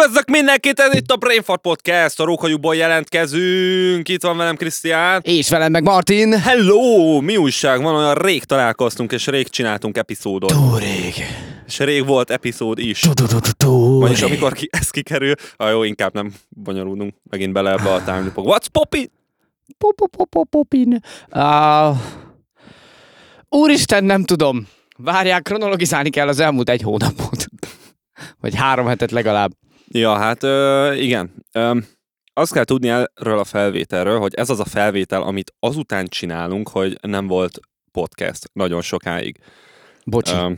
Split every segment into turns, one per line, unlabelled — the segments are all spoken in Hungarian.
Sziasztok mindenkit, ez itt a Brainfart Podcast, a Rókajukból jelentkezünk, itt van velem Krisztián.
És velem meg Martin.
Hello, mi újság van, olyan rég találkoztunk és rég csináltunk epizódot.
Túrég.
És rég volt epizód is. Vagyis amikor ki, ez kikerül, ah, jó, inkább nem bonyolódunk megint bele ebbe a time loopok. What's poppin?
Popopopopopin. Uh, úristen, nem tudom. Várják, kronologizálni kell az elmúlt egy hónapot. Vagy három hetet legalább.
Ja, hát ö, igen. Ö, azt kell tudni erről a felvételről, hogy ez az a felvétel, amit azután csinálunk, hogy nem volt podcast nagyon sokáig.
Bocsi,
Ö,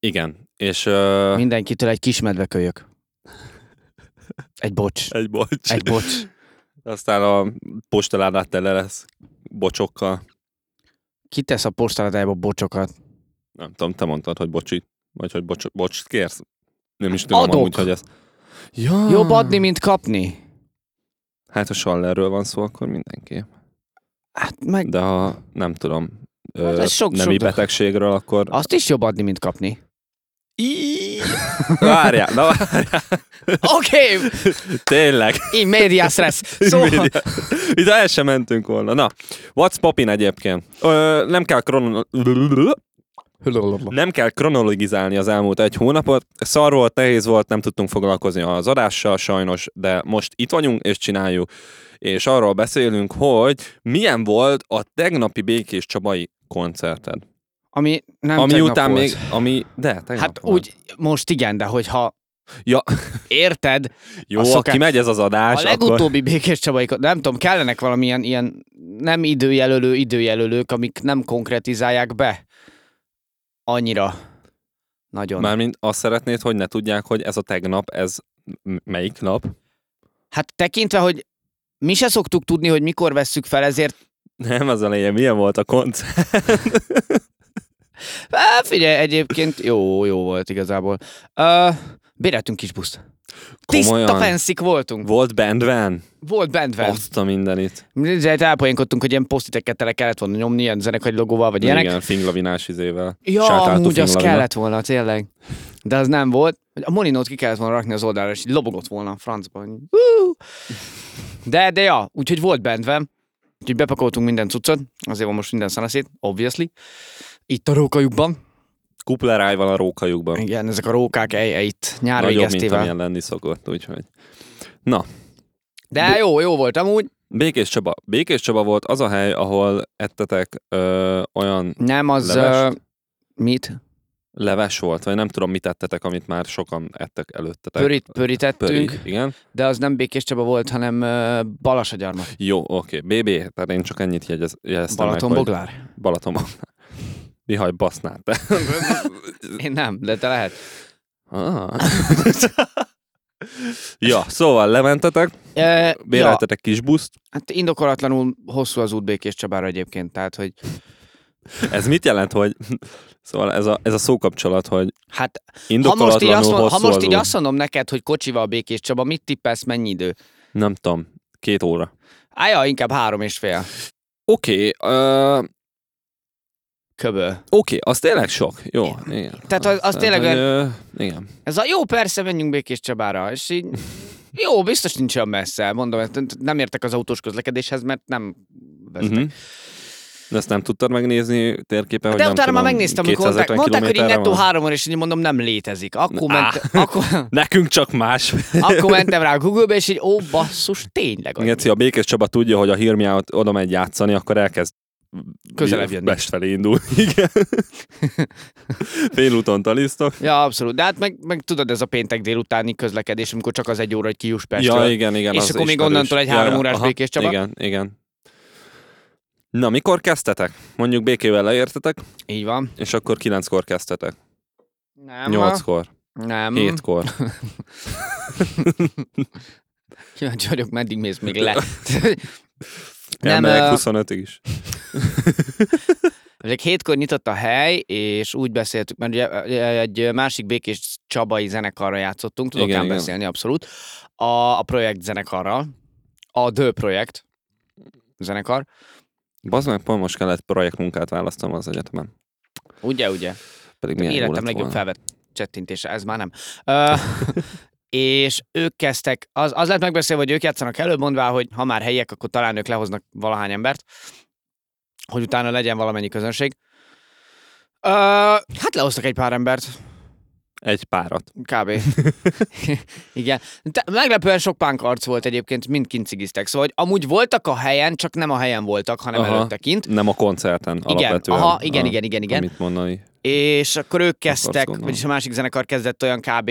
igen, és... Ö,
mindenkitől egy kis medvekölyök. Egy bocs.
Egy bocs.
Egy bocs.
Aztán a postaládát tele lesz bocsokkal.
Ki tesz a postaládájába bocsokat?
Nem tudom, te mondtad, hogy bocsi, vagy hogy bocs, bocs kérsz. Nem is tudom
Adok.
amúgy, hogy ez... Ja.
Jobb adni, mint kapni.
Hát, ha Sallerről van szó, akkor mindenki.
Hát meg
De ha nem tudom,
Hát
ö,
ez sok-
nemi
sok-
betegségről, akkor...
azt is jobb adni, mint kapni.
Í- Várjál, na várjál,
Oké, okay.
tényleg.
in medias res. Szóval,
Immédiát. Itt el sem mentünk volna. Na, what's poppin egyébként? Ö, nem kell krono... Nem kell kronologizálni az elmúlt egy hónapot. Szar volt, nehéz volt, nem tudtunk foglalkozni az adással sajnos, de most itt vagyunk és csináljuk. És arról beszélünk, hogy milyen volt a tegnapi Békés Csabai koncerted.
ami nem
ami
tegnap
után
volt.
még... Ami, de, tegnap
Hát
volt.
úgy, most igen, de hogyha
Ja,
érted,
jó,
a
szokás...
szokás-
aki megy ez az adás,
a
akkor...
legutóbbi Békés Csabaikot, nem tudom, kellenek valamilyen ilyen nem időjelölő időjelölők, amik nem konkretizálják be annyira nagyon. Már...
Mármint azt szeretnéd, hogy ne tudják, hogy ez a tegnap, ez m- melyik nap?
Hát tekintve, hogy mi se szoktuk tudni, hogy mikor vesszük fel, ezért
Nem, az a lényeg, milyen volt a koncert.
Á, figyelj, egyébként jó, jó volt igazából. Uh, béreltünk kis buszt. Tiszta
Komolyan.
fenszik voltunk.
Volt bandven?
Volt bentven.
Azt a mindenit.
Mindjárt hát elpoénkodtunk, hogy ilyen posztiteket tele kellett volna nyomni, ilyen zenekari logóval, vagy ilyenek.
Igen, finglavinás izével.
Ja,
Shout out to
amúgy az
Finglavina.
kellett volna, tényleg. De az nem volt. A molinót ki kellett volna rakni az oldalra, és így lobogott volna a francban. Hú! De, de ja, úgyhogy volt bentve. Úgyhogy bepakoltunk minden cuccot, azért van most minden szanaszét, obviously. Itt a rókajukban.
Kupleráj van a rókajukban.
Igen, ezek a rókák ej, ej itt nyár
Nagyobb, mint
végeztével.
amilyen lenni szokott, úgyhogy.
De jó, jó volt amúgy.
Békés Csaba. Békés Csaba volt az a hely, ahol ettetek ö, olyan
Nem az...
Levest?
Uh, mit?
leves volt, vagy nem tudom, mit ettetek, amit már sokan ettek előttetek.
Pörít, pörítettünk,
Pöri, igen.
de az nem Békés Csaba volt, hanem uh, Balassagyarmat.
Jó, oké. BB, tehát én csak ennyit jegyez, jegyeztem meg, hogy-
Balatonboglár.
Balatonboglár. Bihaj, basznál te.
Én nem, de te lehet.
Ah. ja, szóval lementetek,
Uh, ja,
béreltetek kis buszt.
Hát indokolatlanul hosszú az út Békés Csabára egyébként, tehát hogy
Ez mit jelent, hogy... Szóval ez a, ez a szókapcsolat, hogy
hát ha most, így
indokolatlanul
azt, mond, ha
hosszú
most
az
így
út.
azt mondom neked, hogy kocsival Békés Csaba, mit tippelsz, mennyi idő?
Nem tudom, két óra.
Ája, inkább három és fél.
Oké, ö, oké,
Köböl.
az tényleg sok. Jó, igen. Hát,
Tehát az- az tényleg
hogy, ö, igen.
Ez a jó, persze, menjünk Békés Csabára, és így jó, biztos nincs olyan messze, mondom, ezt nem értek az autós közlekedéshez, mert nem vesznek.
Uh-huh. Ezt nem tudtad megnézni térképen, hogy
Hát De
nem
utána
tudom,
már megnéztem, amikor mondták,
250
mondták hogy így
kilométerre
nettó
van.
három óra, és így mondom, nem létezik. Akkor, ment, akkor,
Nekünk csak más.
akkor mentem rá a Google-be, és így ó, basszus, tényleg. annyi.
Geci, a Békés Csaba tudja, hogy a Hear Me Out oda megy játszani, akkor elkezd
Közelebb jönni.
Best felé indul. Igen. Félúton talisztok.
Ja, abszolút. De hát meg, meg tudod, ez a péntek délutáni közlekedés, amikor csak az egy óra, hogy kijuss Pestről.
Ja, igen, igen.
És
az
akkor még
ismerős.
onnantól egy
Ja,
három
ja,
órás
aha,
Békés Csaba.
Igen, igen. Na, mikor kezdtetek? Mondjuk békével leértetek,
Így van.
és akkor kilenckor kezdtetek.
Nem. Mm.
Nyolckor,
Nem.
hétkor.
Kíváncsi vagyok, meddig mész még le.
Nem,
Nem,
Elmegyek
ö,
25-ig is.
Ezek hétkor nyitott a hely, és úgy beszéltük, mert ugye ö, egy másik Békés Csabai zenekarra játszottunk, tudok
Igen,
igen,
igen.
beszélni abszolút, a, a projekt zenekarral, a The Projekt zenekar,
Bazd meg, pont most kellett projektmunkát választom az egyetemen.
ugye, ugye?
Pedig milyen jó
Életem
lett
legjobb
volna.
felvett csettintése, ez már nem. Ö, és ők kezdtek, az, az lett megbeszélve, hogy ők játszanak előbb, mondvá, hogy ha már helyiek, akkor talán ők lehoznak valahány embert, hogy utána legyen valamennyi közönség. Ö, hát lehoztak egy pár embert,
Egy párat.
kb. Igen. Te, meglepően sok punk arc volt egyébként, mind kint cigiztek. Szóval, hogy amúgy voltak a helyen, csak nem a helyen voltak, hanem
Aha.
előtte kint.
Nem a koncerten
Igen,
alapvetően.
aha, igen,
a,
igen, igen, igen.
Amit mondani.
És akkor ők kezdtek,
gondolom.
vagyis a másik zenekar kezdett olyan kb.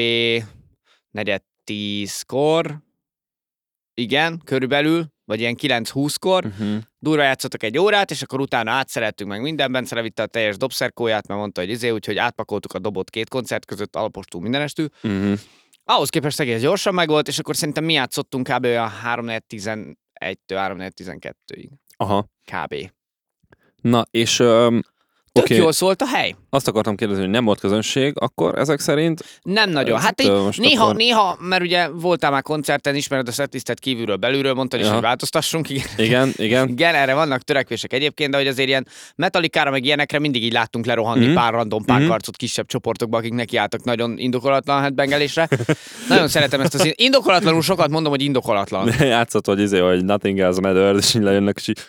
negyed tízkor, igen, körülbelül, vagy ilyen 9-20-kor,
Uh-huh.
durva játszottak egy órát, és akkor utána átszereltünk meg minden, Bence levitte a teljes dobszerkóját, mert mondta, hogy izé, úgyhogy átpakoltuk a dobot két koncert között, alapostul mindenestül.
Uh-huh.
Ahhoz képest egész gyorsan megvolt, és akkor szerintem mi játszottunk kb. olyan 3-4-11-től 3-4-12-ig.
Aha.
Kb.
Na, és um,
Tök
Oké.
jól szólt a hely.
azt akartam kérdezni, hogy nem volt közönség, akkor ezek szerint...
Nem nagyon.
Ez
Hát
itt,
így
ö, most
néha,
akkor-
néha, mert ugye voltál már koncerten, ismered a setlistet kívülről, belülről, mondtad is,
Ja.
hogy változtassunk, igen.
Igen, igen.
Igen, erre vannak törekvések egyébként, de hogy azért ilyen metalikára, meg ilyenekre mindig így láttunk lerohanni
Mhm.
mm-hmm. pár random párkarcot kisebb csoportokba, akik nekiálltak nagyon indokolatlan headbengelésre. nagyon szeretem ezt az in- indokolatlanul sokat mondom, hogy indokolatlan.
Játszott, hogy izé, hogy nothing else matters, és így lejönnek, és így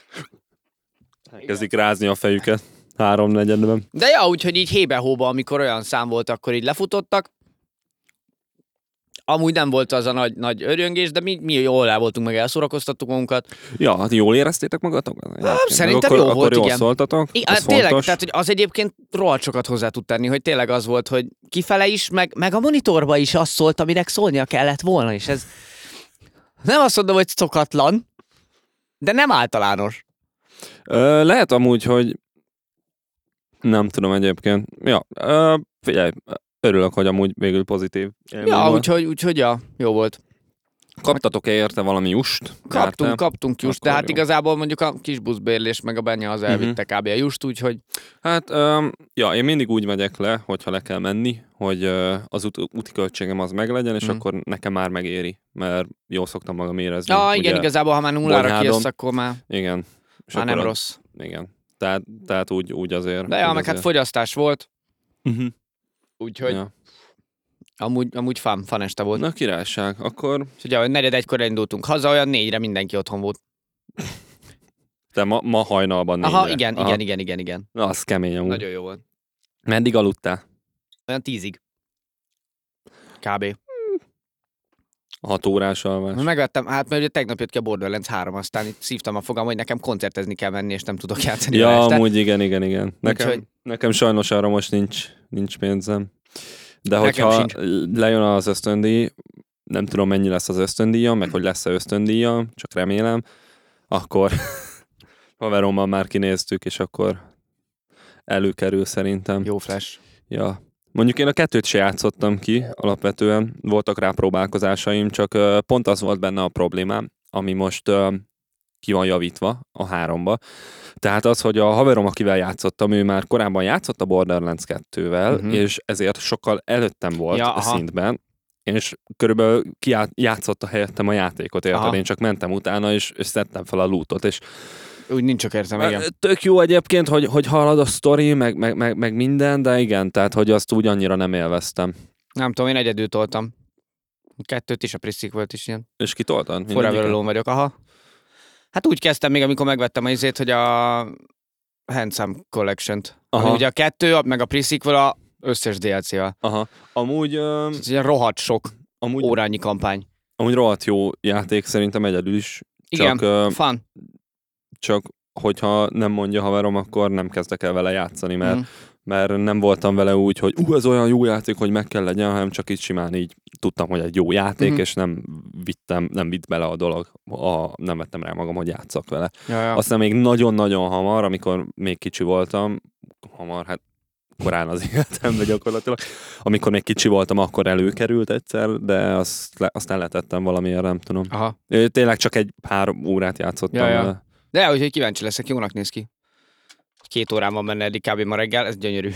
elkezdik rázni a fejüket háromnegyedben.
De ja, úgyhogy így hébe-hóba, amikor olyan szám volt, akkor így lefutottak. Amúgy nem volt az a nagy, nagy öröngés, de mi, mi jól el voltunk, meg elszórakoztattuk magunkat.
Ja, hát jól éreztétek magatok? Egyébként.
szerintem
akkor,
jó
akkor
volt,
jól
igen.
szóltatok?
I,
ez
hát tényleg,
fontos.
tehát hogy az egyébként rohadt sokat hozzá tud tenni, hogy tényleg az volt, hogy kifele is, meg, meg a monitorba is azt szólt, aminek szólnia kellett volna, és ez nem azt mondom, hogy szokatlan, de nem általános.
Ö, lehet amúgy, hogy nem tudom egyébként. Ja, ö, figyelj, örülök, hogy amúgy végül pozitív. élmény
Ja,
volt.
úgyhogy, úgyhogy ja, jó volt.
Kaptatok-e érte valami ust?
Kaptunk, kaptunk just, de
Akkor
hát
jó. Mhm.
igazából mondjuk a kis buszbérlés meg a Benja az elvitte kb. a just, úgyhogy
Hát, öm, ja, én mindig úgy megyek le, hogyha le kell menni, hogy ö, az ut- úti költségem az meglegyen, és
Mm.
akkor nekem már megéri, mert jól szoktam magam érezni.
Ja, Ah, igen, igazából, ha már nullára
Bonyhádon.
kijössz, akkor már,
Igen. És
már nem
akkor a-
rossz.
Igen. Tehát, tehát úgy, úgy azért.
De ja, meg hát fogyasztás volt,
uh-huh.
úgyhogy
Ja.
amúgy, amúgy fun, fun este volt.
Na királyság, akkor
És ugye, hogy negyed egykor indultunk haza, olyan négyre mindenki otthon volt.
te ma, ma hajnalban négyre.
Aha, igen, igen, igen, igen, igen.
Na, az kemény amúgy.
Nagyon jó volt.
Meddig aludtál?
Olyan tízig. Kb.
Hat órás alvás.
Megvettem, hát mert ugye tegnap jött ki a Borderlands 3, aztán itt szívtam a fogam, hogy nekem koncertezni kell menni, és nem tudok játszani. vele
Ja,
este.
amúgy igen, igen, igen. Nekem,
Úgyhogy-
nekem sajnos arra most nincs, nincs pénzem. De
Nekem
hogyha
sincs.
lejön az ösztöndíj, nem tudom mennyi lesz az ösztöndíja, meg hogy lesz-e ösztöndíja, csak remélem, akkor haverommal már kinéztük, és akkor előkerül szerintem.
Jó flash.
Ja. Mondjuk én a kettőt se játszottam ki, alapvetően voltak rá próbálkozásaim, csak ö, pont az volt benne a problémám, ami most ö, ki van javítva a háromba. Tehát az, hogy a haverom, akivel játszottam, ő már korábban játszott a Borderlands 2-vel,
Mhm.
uh-huh. és ezért sokkal előttem volt
Ja,
ja, a
aha.
szintben, és körülbelül kiá- játszotta helyettem a játékot, érted?
Aha.
Én csak mentem utána, és, és szedtem fel a lootot, és
Úgy nincs csak értem, igen.
Tök jó egyébként, hogy, hogy halad a sztori, meg, meg, meg, meg minden, de igen, tehát hogy azt úgy annyira nem élveztem.
Nem tudom, én egyedül toltam. Kettőt is, a Priszik volt is ilyen.
És kitoltad?
Forever
Mindegyiket?
alone vagyok, aha. Hát úgy kezdtem még, amikor megvettem a izét, hogy a Handsome Collection-t. Aha.
Aha.
Ami ugye a kettő, a- meg a Priszik a összes DLC-vel.
Aha. Amúgy, öm,
Ez ilyen rohadt sok
amúgy,
órányi kampány.
amúgy rohadt jó játék szerintem egyedül is,
Igen,
csak, ö,
fan.
csak hogyha nem mondja haverom, akkor nem kezdek el vele játszani, mert,
Mm.
mert nem voltam vele úgy, hogy ú, ez olyan jó játék, hogy meg kell legyen, hanem csak így simán így tudtam, hogy egy jó játék,
Mhm.
és nem vittem, nem vitt bele a dolog, a, nem vettem rá magam, hogy játszak vele.
Ja, ja.
Aztán még nagyon-nagyon hamar, amikor még kicsi voltam, hamar, hát korán az életemben gyakorlatilag, amikor még kicsi voltam, akkor előkerült egyszer, de azt le, aztán letettem valamiért, nem tudom.
Aha.
Ö, Tényleg csak egy három órát játszottam.
Ja, ja.
vele.
De úgyhogy kíváncsi leszek, jónak néz ki. Két órán van benne eddig kb. ma reggel, ez gyönyörű.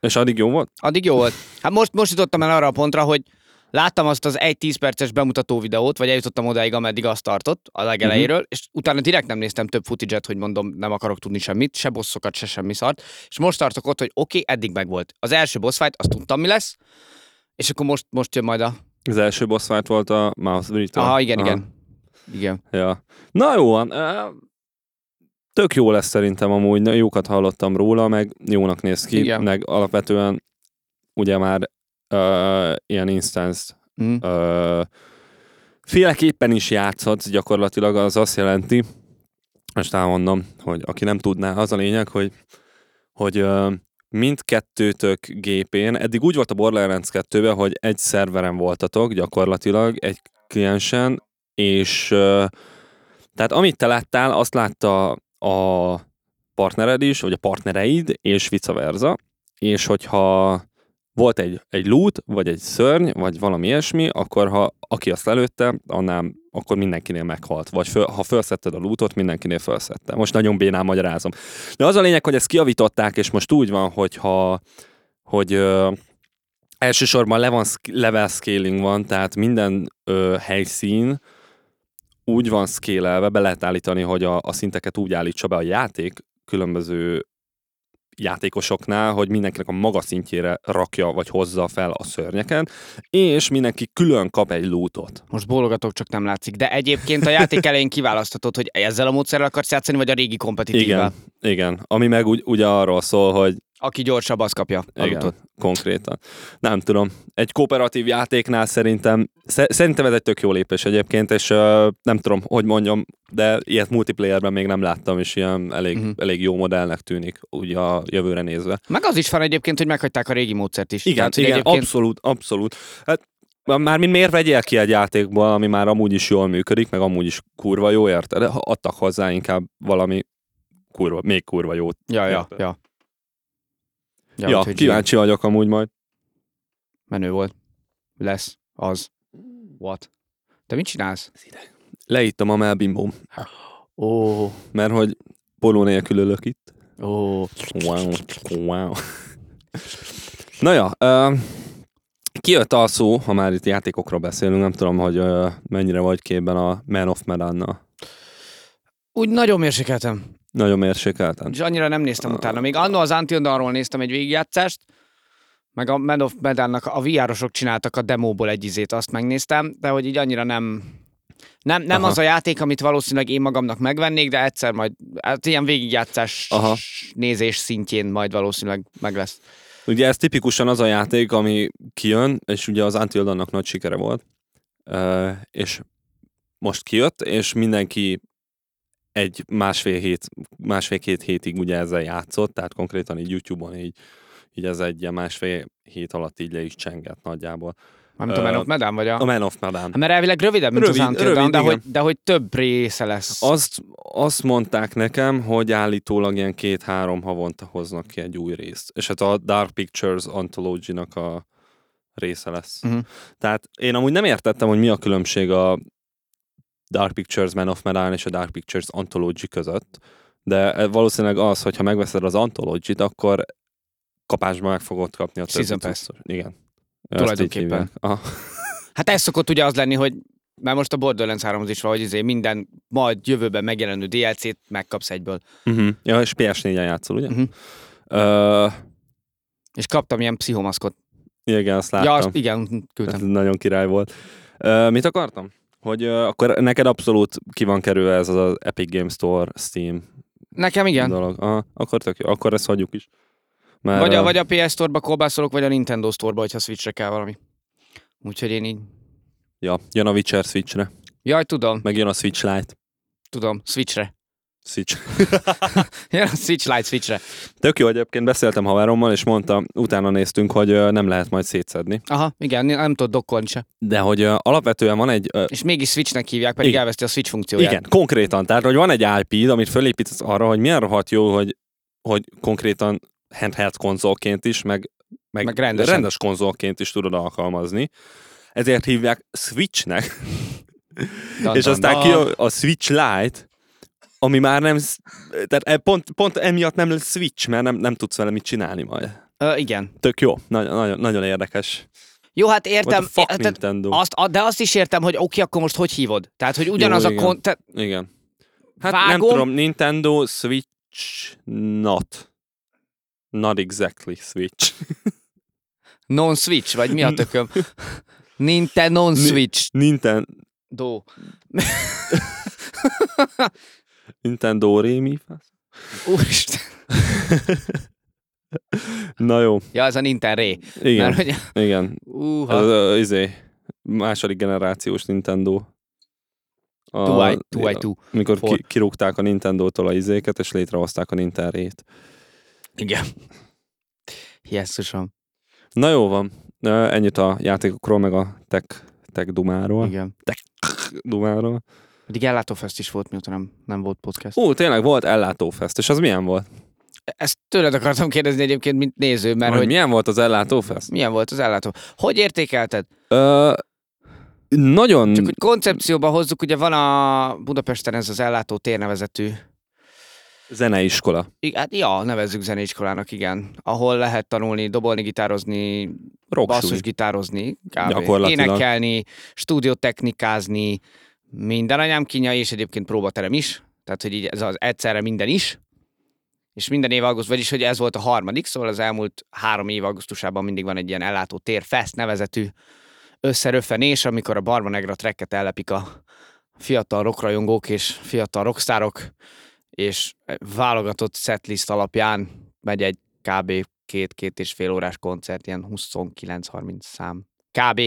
És addig jó volt?
Addig jó volt. Hát most, most jutottam el arra a pontra, hogy láttam azt az egy 10 perces bemutató videót, vagy eljutottam odáig, ameddig azt tartott a legelejéről, uh-huh. és utána direkt nem néztem több footage-et, hogy mondom, nem akarok tudni semmit, se bosszokat, se semmi szart. És most tartok ott, hogy oké, okay, eddig megvolt. Az első boss fight, azt tudtam, mi lesz, és akkor most, most jön majd a
Az első boss fight volt a Mouse Bridge.
Aha, igen, igen. Igen.
Ja. Na jó, van, ö, tök jó lesz szerintem amúgy, Na, jókat hallottam róla, meg jónak néz ki,
Igen.
meg alapvetően ugye már ö, ilyen instance
Mm.
ö, féleképpen is játszhatsz gyakorlatilag, az azt jelenti, most elmondom, hogy aki nem tudná, az a lényeg, hogy, hogy ö, mindkettőtök gépén, eddig úgy volt a Borderlands 2 hogy egy szerveren voltatok gyakorlatilag, egy kliensen, és ö, tehát amit te láttál, azt látta a partnered is, vagy a partnereid, és vice versa, és hogyha volt egy, egy lút, vagy egy szörny, vagy valami ilyesmi, akkor ha aki azt előtte, annál akkor mindenkinél meghalt. Vagy föl, ha felszetted a lootot, mindenkinél felszette. Most nagyon bénán magyarázom. De az a lényeg, hogy ezt kiavították, és most úgy van, hogyha, hogy ö, elsősorban le van, szk- level scaling van, tehát minden ö, helyszín úgy van scalelve, be lehet állítani, hogy a, a szinteket úgy állítsa be a játék különböző játékosoknál, hogy mindenkinek a maga szintjére rakja vagy hozza fel a szörnyeket, és mindenki külön kap egy lootot.
Most bólogatok, csak nem látszik. De egyébként a játék elején kiválaszthatod, hogy ezzel a módszerrel akarsz játszani, vagy a régi kompetitívvel.
Igen, igen. Ami meg úgy, ugye arról szól, hogy
Aki gyorsabb, az kapja a
igen,
lutot.
konkrétan. Nem tudom. Egy kooperatív játéknál szerintem, sze- szerintem ez egy tök jó lépés egyébként, és ö, nem tudom, hogy mondjam, de ilyet multiplayerben még nem láttam, és ilyen elég,
Mhm.
uh-huh. elég jó modellnek tűnik, ugye a jövőre nézve.
Meg az is van egyébként, hogy meghagyták a régi módszert is.
Igen,
hogy
igen, abszolút, abszolút. Hát, mármint miért vegyél ki egy játékból, ami már amúgy is jól működik, meg amúgy is kurva jó, érted? De ha adtak hozzá inkább valami kurva, még kurva jót.
Ja, ja,
Érted.
ja.
Ja, ja
úgyhogy
kíváncsi vagyok amúgy majd.
Menő volt. Lesz. Az. What? Te mit csinálsz?
Leittem a melbimbóm,
Ó, oh,
mert hogy poló nélkül ülök itt.
ó. Oh.
Wow, wow. Na ja, ö, kijött a szó, ha már itt játékokról beszélünk, nem tudom, hogy ö, mennyire vagy képben a Man of Medan-nal.
Úgy nagyon mérsékeltem.
Nagyon mérsékelten.
És annyira nem néztem
Ah.
utána. Még annó az Until arról néztem egy végigjátszást, meg a Man of Medan-nak a VR-osok csináltak a demóból egy izét, azt megnéztem, de hogy így annyira nem... Nem, nem
Aha.
az a játék, amit valószínűleg én magamnak megvennék, de egyszer majd, hát ilyen végigjátszás
Aha.
nézés szintjén majd valószínűleg meg lesz.
Ugye ez tipikusan az a játék, ami kijön, és ugye az Until Dawn-nak nagy sikere volt, Ö, és most kijött, és mindenki egy másfél hét, másfél két hétig ugye ezzel játszott, tehát konkrétan így YouTube-on így, így ez egy ilyen másfél hét alatt így le is csengett nagyjából.
Mármint a
Ö,
Man of Medan, vagy a...
A Man of Medan.
Hát Mert elvileg rövidebb, mint
Rövid-
az Until
rövid,
Dawn, de,
igen.
hogy, de hogy több része lesz.
Azt, azt mondták nekem, hogy állítólag ilyen két-három havonta hoznak ki egy új részt. És hát a Dark Pictures Anthology-nak a része lesz.
Mhm.
Tehát én amúgy nem értettem, hogy mi a különbség a Dark Pictures Man of Medan és a Dark Pictures Anthology között, de valószínűleg az, hogyha megveszed az Anthology-t, akkor kapásban meg fogod kapni a többi
Season pass.
cuccot. Igen. Ezt így
Tulajdonképpen.
hívják. Aha.
Hát ez szokott ugye az lenni, hogy már most a Borderlands 3 az is van, hogy izé minden majd jövőben megjelenő DLC-t megkapsz egyből.
Uh-huh. Ja, és PS4-en játszol, ugye?
Mhm.
Ö,
És kaptam ilyen pszichomaszkot.
igen, azt láttam.
Ja, azt, igen,
Ez
küldtem.
nagyon király volt. Ö, mit akartam? Hogy ö, akkor neked abszolút ki van kerülve ez az, az Epic Game Store, Steam
Nekem igen.
dolog. Aha, akkor tök jó. Akkor ezt hagyjuk is. Mert,
Vagy a,
ö,
vagy a PS Store-ba kolbászolok, vagy a Nintendo Store-ba, hogyha Switchre kell valami. Úgyhogy én így...
Ja, jön a Witcher Switchre.
Jaj, tudom,
Meg jön a Switch Lite.
tudom, Switchre.
Switch.
Ja, Switch Lite Switchre.
Tök jó egyébként, beszéltem haverommal, és mondta, utána néztünk, hogy ö, nem lehet majd szétszedni.
Aha, igen, nem tudod dokkolni se.
De hogy ö, alapvetően van egy... ö,
És mégis Switchnek hívják, pedig
Igen.
elveszti a Switch funkcióját.
Igen, konkrétan. Tehát, hogy van egy IP-d, amit fölépítesz arra, hogy milyen rohadt jó, hogy, hogy konkrétan handheld konzolként is, meg, meg,
Meg rendesen.
rendes konzolként is tudod alkalmazni. Ezért hívják Switchnek,
Dan,
és
dan,
aztán
dan.
ki a, a Switch Lite, ami már nem, sz- tehát e- pont, pont emiatt nem lesz Switch, mert nem, nem tudsz vele mit csinálni majd.
Ö, igen.
Tök jó, nagyon, nagyon, nagyon érdekes.
Jó, hát
What
értem.
the fuck
hát-
Nintendo?
Azt, a- de azt is értem, hogy oké, akkor most hogy hívod? Tehát, hogy ugyanaz
Jó,
a
igen.
kon... Te,
Igen. Hát nem
Vágom.
tudom, Nintendo Switch not. Not exactly Switch.
non-switch, vagy mi a tököm? Nintendo Switch.
Ninten,
Do.
Nintendo Rémi.
Úristen.
Na jó,
Ja, ez a Nintendo Ré.
igen,
Mert hogy...
igen.
Uha.
Ez, ö, izé, második generációs Nintendo. A,
Two I- two I two.
Mikor
Four.
ki, kirúgták a Nintendo-tól a izéket, és létrehozták a Nintendo-t.
Igen. Jesszusom.
Na jó van, Ö, ennyit a játékokról, meg a tech, tech dumáról.
Igen.
dumáról.
Pedig ellátófest is volt, mióta nem, nem volt podcast.
Ú, tényleg volt ellátófest, és az milyen volt?
Ezt tőled akartam kérdezni egyébként, mint néző, mert
Hogy, hogy
hogy
milyen volt az ellátófest?
milyen volt az ellátó. Hogy értékelted?
Ö, nagyon...
Csak hogy koncepcióba hozzuk, ugye van a Budapesten ez az ellátó térnevezetű
Zeneiskola.
I- Hát ja, nevezzük zenéiskolának, igen. Ahol lehet tanulni, dobolni, gitározni, basszus
Rocksúly.
gitározni, kb.
Gyakorlatilag.
énekelni, stúdiótechnikázni, minden anyám kínja, és egyébként próbaterem is. Tehát, hogy így ez az egyszerre minden is. És minden év augusztus, vagyis hogy ez volt a harmadik, szóval az elmúlt három év augusztusában mindig van egy ilyen ellátó tér, fest nevezetű összeröffenés, amikor a Barba Negra trekket ellepik a fiatal rockrajongók és fiatal rockstárok, és válogatott setlist alapján megy egy kb. két-két és fél órás koncert, ilyen 29-30 szám. Kb.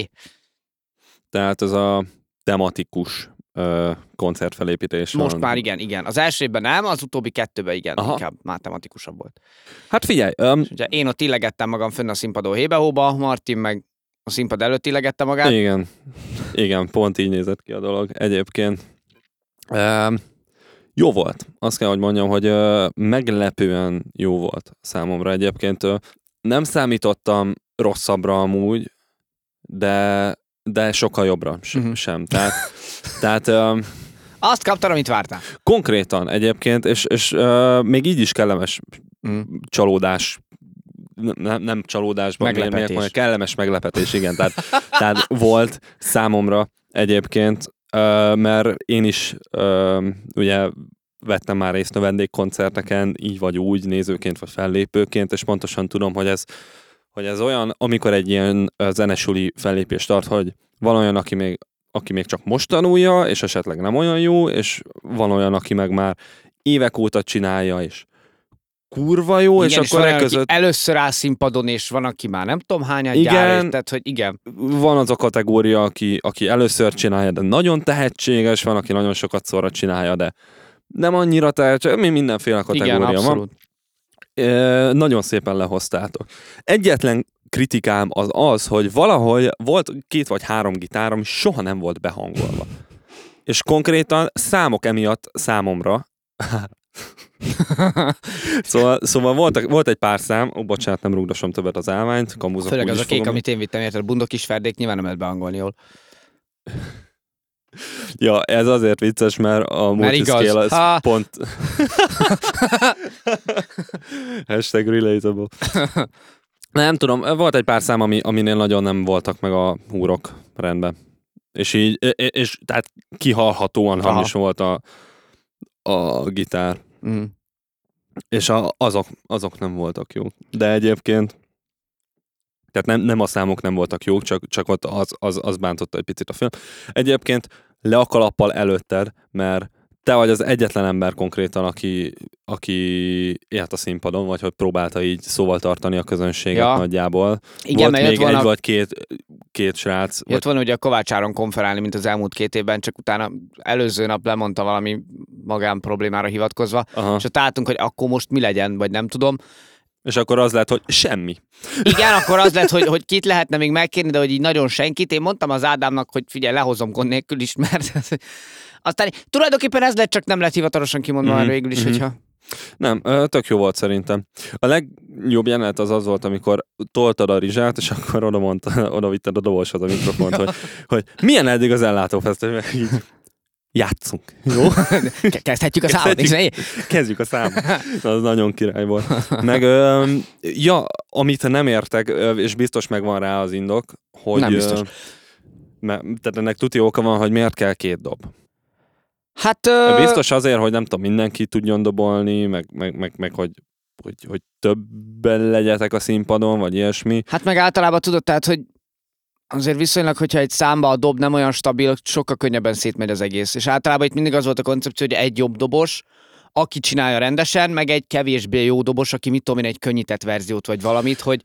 Tehát ez a tematikus ö, koncertfelépítés.
Most
van.
már igen, igen. Az első évben nem, az utóbbi kettőben igen,
Aha.
Aha. inkább már tematikusabb volt.
Hát figyelj, öm,
És ugye én ott illegettem magam fönn a színpadon hébe-hóba, Martin meg a színpad előtt illegette magát.
igen, igen, pont így nézett ki a dolog egyébként. Öm, jó volt, azt kell, hogy mondjam, hogy ö, meglepően jó volt számomra egyébként. Ö, nem számítottam rosszabbra amúgy, de, de sokkal jobbra sem.
Mhm.
sem. Tehát, tehát öm,
Azt kaptam, amit vártál.
Konkrétan egyébként, és, és ö, még így is kellemes
Mm.
csalódás, n- nem, nem csalódásban, miért- miért
Meglepetés.
mondjam, kellemes meglepetés, igen. Tehát, tehát volt számomra egyébként, ö, mert én is ö, ugye vettem már részt a vendégkoncerteken, így vagy úgy, nézőként vagy fellépőként, és pontosan tudom, hogy ez, hogy ez olyan, amikor egy ilyen ö, zenesuli fellépés tart, hogy van olyan, aki még, aki még csak most tanulja, és esetleg nem olyan jó, és van olyan, aki meg már évek óta csinálja, és kurva jó,
igen,
és akkor
van
e
olyan, aki
között
először áll színpadon, és van, aki már nem tudom hányan
Igen.
gyár, és- tehát hogy igen.
van az a kategória, aki, aki először csinálja, de nagyon tehetséges, van, aki nagyon sokat szóra csinálja, de nem annyira tehetséges, mi mindenféle
igen,
kategória van.
abszolút.
Ö, nagyon szépen lehoztátok. Egyetlen kritikám az az, hogy valahogy volt két vagy három gitár, ami soha nem volt behangolva. És konkrétan számok emiatt számomra. szóval, szóval voltak, volt egy pár szám, ó, bocsánat, nem rugdosom többet az állványt, kamuzok
Főleg az
úgyis
a kék,
fogom.
amit én vittem, érted? A bundok is ferdék, nyilván nem lehet beangolni jól.
Ja, ez azért vicces, mert a
Mert igaz.
multiscale az
Ha.
pont... Hashtag relatable. Nem tudom, volt egy pár szám, ami, aminél nagyon nem voltak meg a húrok rendben. És így, e- e- és tehát kihalhatóan
Aha.
hamis volt a, a gitár.
Mm.
És a, azok, azok nem voltak jók. De egyébként tehát nem, nem a számok nem voltak jók, csak, csak ott az, az, az bántotta egy picit a film. Egyébként le a kalappal előtted, mert te vagy az egyetlen ember konkrétan, aki, aki élt a színpadon, vagy hogy próbálta így szóval tartani a közönséget
Ja.
ja. nagyjából.
Igen,
Volt
mert jött
még egy
volna,
vagy két, két srác.
jött volna ugye a Kovács Áron konferálni, mint az elmúlt két évben, csak utána előző nap lemondta valami magán problémára hivatkozva,
Vagy, aha.
és ott álltunk, hogy akkor most mi legyen, vagy nem tudom.
És akkor az lett, hogy semmi.
Igen, akkor az lett, hogy, hogy kit lehetne még megkérni, de hogy így nagyon senkit. Én mondtam az Ádámnak, hogy figyelj, lehozom gond nélkül is, mert aztán tulajdonképpen ez lett, csak nem lett hivatalosan kimondva
Mhm,
már végül is,
mhm.
hogyha
Nem, ö, tök jó volt szerintem. A legjobb jelenet az az volt, amikor toltad a rizsát, és akkor oda, mondta, oda vitted a doboshoz a mikrofont, hogy, hogy milyen eddig az ellátófesztivál. Így, Játszunk. Jó?
Ke- kezdhetjük a számot.
Kezdhetjük.
nézd meg.
Kezdjük a számot. Az nagyon király volt. Meg, ö, ja, amit nem értek, ö, és biztos megvan rá az indok, hogy...
Nem biztos.
Ö, me- tehát ennek tuti oka van, hogy miért kell két dob.
Hát ö,
Biztos azért, hogy nem tudom, mindenki tudjon dobolni, meg, meg, meg, meg hogy, hogy, hogy többen legyetek a színpadon, vagy ilyesmi.
Hát meg általában tudod, tehát, hogy azért viszonylag, hogyha egy számba a dob nem olyan stabil, sokkal könnyebben szétmegy az egész. És általában itt mindig az volt a koncepció, hogy egy jobb dobos, aki csinálja rendesen, meg egy kevésbé jó dobos, aki mit tudom én, egy könnyített verziót vagy valamit, hogy,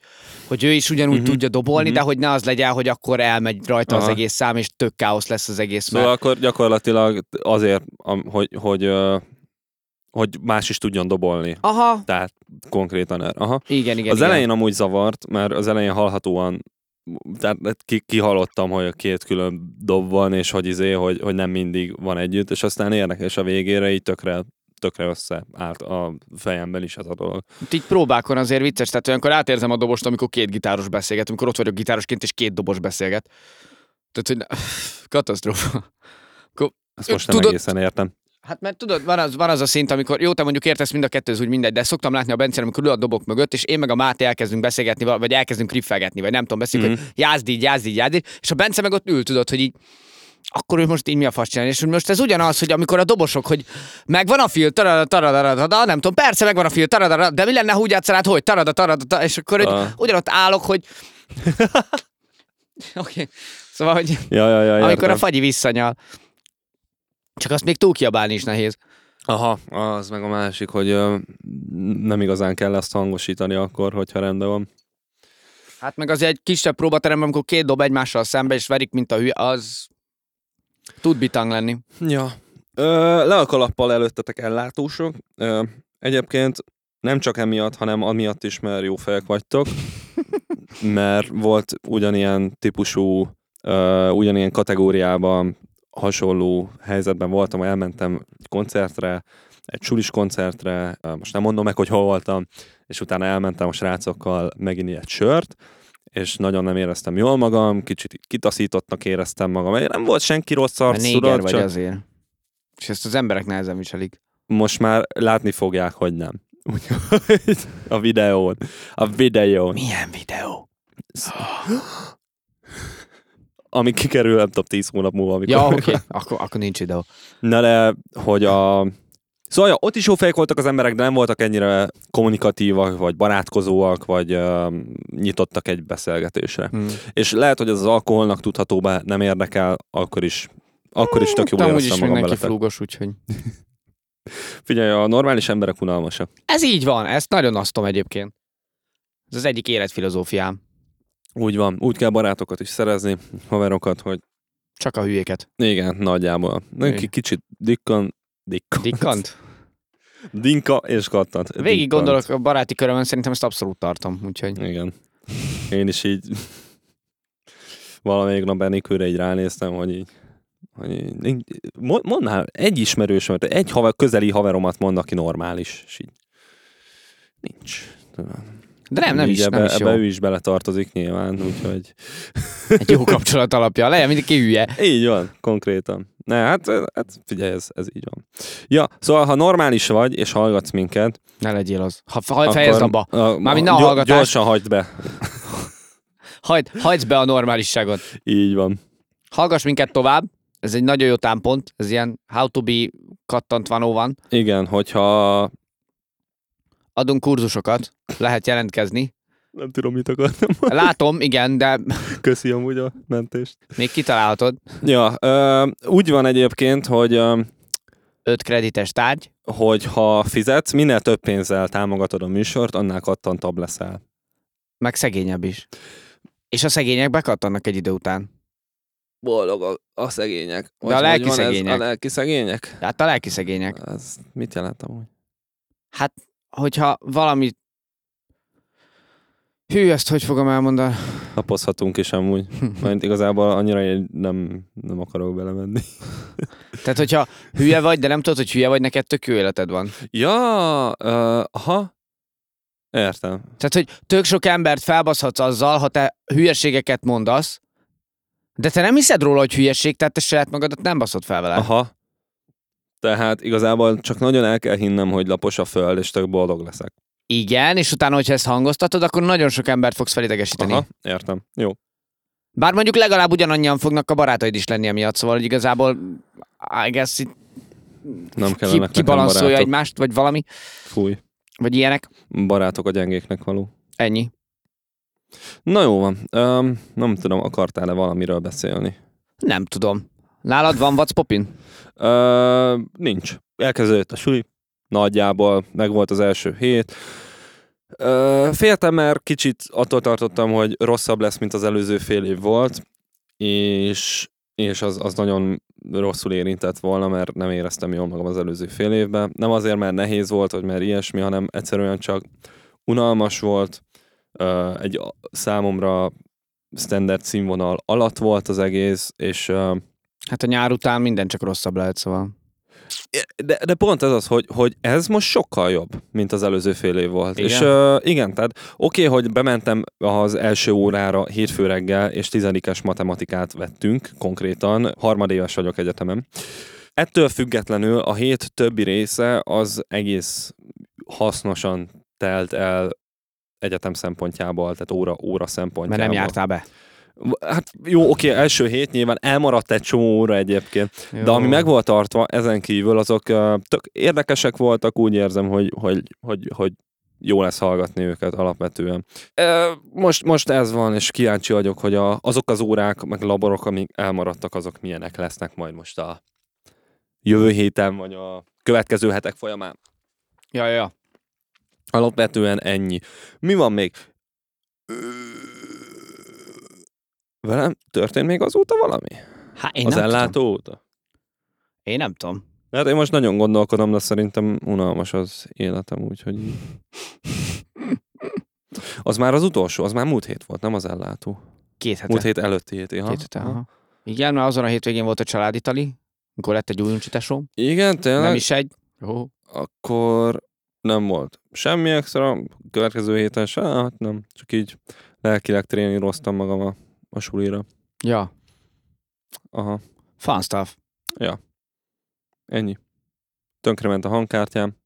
hogy ő is ugyanúgy
Mhm.
tudja dobolni,
Mhm.
de hogy ne az legyen, hogy akkor elmegy rajta az
Aha.
egész szám, és tök káosz lesz az egész.
Szóval
Mert...
akkor gyakorlatilag azért, am- hogy, hogy, ö, hogy más is tudjon dobolni.
Aha,
Tehát konkrétan erre. Aha.
igen, igen.
az
igen.
elején amúgy zavart, mert az elején hallhatóan tehát hát ki, kihallottam, hogy a két külön dob van, és hogy izé, hogy, hogy nem mindig van együtt, és aztán érdekes a végére így tökre, tökre összeállt a fejemben is ez a dolog.
Itt így próbákon azért vicces, tehát olyankor átérzem a dobost, amikor két gitáros beszélget, amikor ott vagyok gitárosként, és két dobos beszélget. Tehát, hogy katasztrófa.
Ezt
Ö,
most nem
tudod-
egészen értem.
Hát mert tudod, van az, van az a szint, amikor jó, te mondjuk értesz mind a kettőhöz, úgy mindegy, de szoktam látni a Bencén, amikor ül a dobok mögött, és én meg a Máté elkezdünk beszélgetni, val- vagy elkezdünk riffelgetni, vagy nem tudom, beszélünk,
Mhm.
mm-hmm. hogy jázd így, jázd így, jázd így, és a Bence meg ott ül, tudod, hogy így akkor ő most így mi a fasz csinál, és hogy most ez ugyanaz, hogy amikor a dobosok, hogy megvan a fil, tarada, tarada, tarada, nem tudom, persze megvan a fil, tarada, tarada, de mi lenne, ha úgy játszanál, hogy tarada, tarada, tarada, és akkor hogy
Ah.
ugyanott állok, hogy oké, szóval, hogy
Ja, ja, ja,
amikor a
értem.
fagyi visszanyal, csak azt még túl kiabálni is nehéz.
Aha, az meg a másik, hogy ö, nem igazán kell ezt hangosítani akkor, hogyha rendben van.
Hát meg azért egy kisebb próbateremben, amikor két dob egymással szembe, és verik, mint a hülye, az tud bitang lenni.
Ja. Ö, le a kalappal előttetek ellátósok. Ö, egyébként nem csak emiatt, hanem amiatt is, mert jó fejek vagytok, mert volt ugyanilyen típusú, ö, ugyanilyen kategóriában hasonló helyzetben voltam, elmentem egy koncertre, egy sulis koncertre, ö, most nem mondom meg, hogy hol voltam, és utána elmentem a srácokkal meginni egy sört, és nagyon nem éreztem jól magam, kicsit így kitaszítottnak éreztem magam. Nem volt senki rossz
Mert
arc,
néger
tudod,
vagy
csak
azért. És ezt az emberek nehezen viselik.
most már látni fogják, hogy nem. Úgyhogy a videón. A videón.
Milyen videó?
Ami kikerül, nem tudom, 10 hónap múlva. Amikor...
Ja, oké, akkor, akkor nincs videó.
Na de, hogy a... Szóval ja, ott is jó fejek voltak az emberek, de nem voltak ennyire kommunikatívak, vagy barátkozóak, vagy uh, nyitottak egy beszélgetésre.
Hm.
Hmm. És lehet, hogy ez az alkoholnak tudható be, nem érdekel, akkor is, akkor is tök jól
Hmm, Amúgy is
éreztem magam
mindenki
veletek.
flúgos, úgyhogy...
Figyelj, a normális emberek unalmasak.
Ez így van, ezt nagyon osztom egyébként. Ez az egyik életfilozófiám.
Úgy van, úgy kell barátokat is szerezni, haverokat, hogy
Csak a hülyéket.
Igen, nagyjából. Neki
Igen.
kicsit dikkan, dikkan,
Dikkant?
dinka és kattant.
Végig
Dikkant.
gondolok a baráti körömön, szerintem ezt abszolút tartom, úgyhogy...
Igen. Én is így valamelyik nap Benikőre így ránéztem, hogy így, hogy így nincs- mo- mondnál, egy ismerősöm, tehát egy haver, közeli haveromat mond, aki normális, és így nincs.
De nem, nem
Így
is, nem
ebbe,
is jó.
ebbe ő is beletartozik nyilván, úgyhogy
Egy jó kapcsolat alapja. Legyen mindenki hülye.
Így van, konkrétan. Ne, hát, hát figyelj, ez, ez így van. Ja, szóval, ha normális vagy, és hallgatsz minket,
Ne legyél az. Ha, ha fejezd abba.
A,
Mármint ne a
gyo-
hallgatást.
Gyorsan hagyd be.
Hajd, hajdsz be a normálisságot.
Így van.
Hallgass minket tovább. Ez egy nagyon jó támpont. Ez ilyen how to be kattant van van.
Igen, hogyha...
Adunk kurzusokat. Lehet jelentkezni.
Nem tudom, mit akartam.
Látom, igen, de
Köszi amúgy a mentést.
még kitalálhatod.
Ja, ö, úgy van egyébként, hogy ö,
Öt kredites tárgy.
hogy ha fizetsz, minél több pénzzel támogatod a műsort, annál kattantabb leszel.
Meg szegényebb is. És a szegények bekattannak egy idő után.
Boldog a, a szegények.
De a
Vagy
lelki
hogy van ez?
szegények.
A lelki szegények?
Tehát hát a lelki szegények.
Ez mit jelent amúgy?
Hát, hogyha valami... Hű, ezt hogy fogom elmondani?
Napozhatunk is amúgy. Mert igazából annyira én nem, nem akarok belemenni.
Tehát, hogyha hülye vagy, de nem tudod, hogy hülye vagy, neked tök jó életed van.
Ja, uh, aha. Értem.
Tehát, hogy tök sok embert felbaszhatsz azzal, ha te hülyeségeket mondasz, de te nem hiszed róla, hogy hülyeség, tehát te saját magadat nem baszod fel vele.
Aha. Tehát igazából csak nagyon el kell hinnem, hogy lapos a föld, és tök boldog leszek.
Igen, és utána, hogyha ezt hangoztatod, akkor nagyon sok embert fogsz felidegesíteni.
Aha, értem. Jó.
Bár mondjuk legalább ugyanannyian fognak a barátaid is lenni emiatt, szóval hogy igazából I guess itt
Nem kellene
ki,
nekem
kibalanszolja
barátok.
egymást, vagy valami,
Fúj.
vagy ilyenek.
Barátok a gyengéknek való.
Ennyi.
Na jó van. Um, nem tudom, akartál-e valamiről beszélni?
Nem tudom. Nálad van What's Popin?
Ö, nincs. Elkezdődött a suli, nagyjából megvolt az első hét. Ö, féltem, mert kicsit attól tartottam, hogy rosszabb lesz, mint az előző fél év volt, és, és az, az nagyon rosszul érintett volna, mert nem éreztem jól magam az előző fél évben. Nem azért, mert nehéz volt, vagy mert ilyesmi, hanem egyszerűen csak unalmas volt, Ö, egy a- számomra standard színvonal alatt volt az egész, és ö,
Hát a nyár után minden csak rosszabb lehet, szóval.
de, de pont ez az, hogy, hogy ez most sokkal jobb, mint az előző fél év volt.
Igen.
És ö, igen, tehát oké, okay, hogy bementem az első órára hétfő reggel, és tizedikes matematikát vettünk konkrétan, harmadéves vagyok egyetemem. Ettől függetlenül a hét többi része az egész hasznosan telt el egyetem szempontjából, tehát óra, óra szempontjából.
Mert nem jártál be.
Hát jó, oké, első hét nyilván elmaradt egy csomó óra egyébként,
Jó.
de ami meg volt tartva, ezen kívül azok ö, tök érdekesek voltak, úgy érzem, hogy, hogy, hogy, hogy jó lesz hallgatni őket alapvetően. Ö, Most, most ez van, és kíváncsi vagyok, hogy a, azok az órák, meg laborok, amik elmaradtak, azok milyenek lesznek majd most a jövő héten, vagy a következő hetek folyamán.
Ja, ja, ja.
Alapvetően ennyi. Mi van még? Ö, Velem történt még azóta valami?
Hát én
az
nem
ellátó
tudom.
óta?
Én nem tudom.
Hát én most nagyon gondolkodom, de szerintem unalmas az életem, úgyhogy... így. Az már az utolsó, az már múlt hét volt, nem az ellátó.
Két
Múlt
hete.
hét előtti hét, ja.
Hát Két hete. aha. Igen, mert azon a hétvégén volt a családitali, amikor lett egy újoncsitásom.
Igen, tényleg?
Nem is egy. Jó.
Akkor nem volt semmi extra, következő héten se, hát nem. Csak így lelkileg tréníroztam magam a, a sulira.
Ja,
Aha,
fun stuff.
ennyi. Tönkrement a hangkártyám.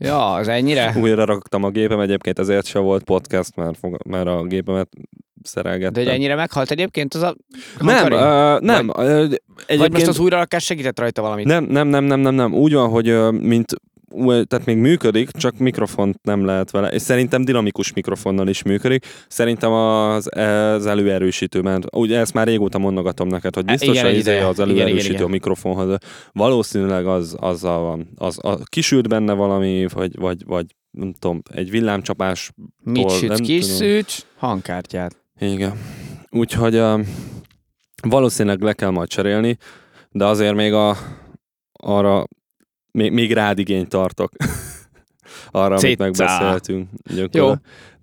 Ja, az ennyire?
Újra raktam a gépem, egyébként ezért se volt podcast, mert, fog, mert a gépemet szerelgettem.
De hogy ennyire meghalt egyébként az a...
Nem,
Hankari?
ö, nem. ö,
Vagy most
Egyébként
az újrarakás segített rajta valamit?
nem, nem, nem, nem, nem, nem. Úgy van, hogy ö, mint ú- tehát még működik, csak mikrofont nem lehet vele, és szerintem dinamikus mikrofonnal is működik. Szerintem az, az előerősítő, mert ugye ezt már régóta mondogatom neked, hogy
E,
biztos,
igen,
hogy
egy
izé
ideje.
az
Igen, igen,
előerősítő
igen.
a mikrofonhoz. Valószínűleg az, azzal van. Az, a, kisült benne valami, vagy, vagy, vagy nem tudom, egy villámcsapás.
Mit
Tol-
süt,
nem
kis
tudom.
szűcs, hangkártyát.
Igen. Úgyhogy ö, valószínűleg le kell majd cserélni, de azért még a, arra még, még rád igényt tartok. arra, amit
Cica.
megbeszéltünk.
Jó.
Jó.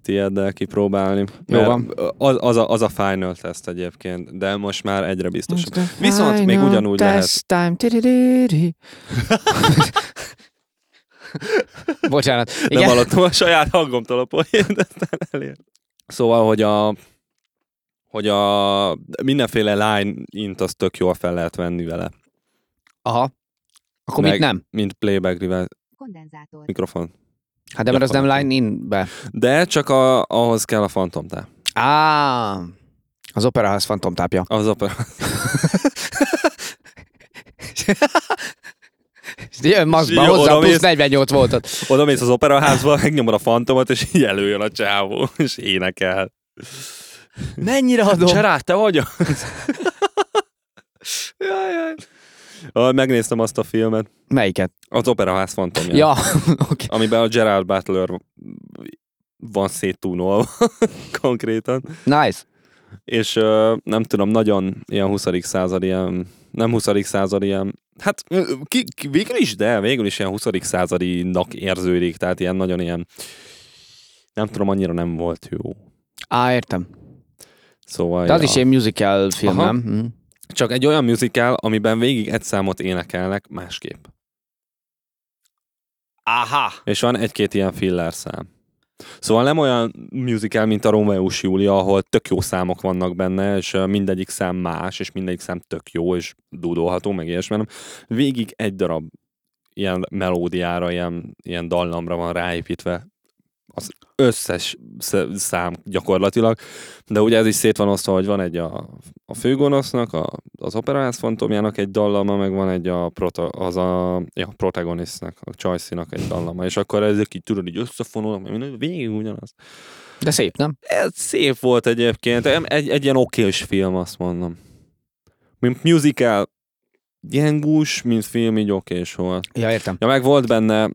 Tieddel kipróbálni.
Jó
Mert
van.
Az, az, a, az a final test egyébként, de most már egyre biztosabb. Viszont még ugyanúgy lehet.
Time. Tidididi. Bocsánat.
Nem
Mm, Igen.
hallottam a saját hangomtól a poént, de aztán elér. Szóval, hogy a hogy a mindenféle line int az tök jól fel lehet venni vele,
Aha. Akkor mit
Meg-
nem?
mint playback reverse
Kondenzátor.
mikrofon.
Hát de mert az nem
gyakorlatilag.
line in be.
De csak a, ahhoz kell a fantomtá.
Á, az Opera House fantomtápja.
Az opera.
Jön maszkba
Jó,
hozzá,
oda
plusz
mész.
48 voltat.
Oda mész az operaházba, megnyomod a fantomot, és így előjön a csávó, és énekel.
Mennyire
Cserát, te vagy az? jaj, jaj. Ah, Megnéztem azt a filmet,
Melyiket?
az operaház fantomja,
Ja, oké.
amiben a Gerard Butler van széttúnolva konkrétan.
Nice.
és ö, nem tudom, nagyon ilyen 20. század, ilyen, nem 20. század, ilyen, hát ö, ki, ki, végül is, de végül is ilyen 20. századinak érződik, tehát ilyen nagyon ilyen, nem tudom, annyira nem volt jó.
Á, értem.
Szóval,
De az
ja.
is egy musical film,
Aha.
nem? Mm.
Csak egy olyan musical, amiben végig egy számot énekelnek másképp.
Aha.
És van egy-két ilyen filler szám. Szóval nem olyan musical, mint a Rómeus Júlia, ahol tök jó számok vannak benne, és ö, mindegyik szám más, és mindegyik szám tök jó, és dúdolható, meg ilyesmi, hanem végig egy darab ilyen melódiára, ilyen, ilyen dallamra van ráépítve az összes sz- szám gyakorlatilag, de ugye ez is szét van osztva, hogy van egy a, a főgonosznak, a, a az Operaház fantomjának egy dallama, meg van egy a, proto, az a ja, protagonistnak, a Csajszinak egy dallama, és akkor ezek így tudod, így összefonulnak, meg minden, végig ugyanaz.
De szép, nem?
Ez szép volt egyébként, egy, egy, egy ilyen okés film, azt mondom. Mint musical, gyengús, mint film, így okés volt.
Ja, értem.
Ja, meg volt benne,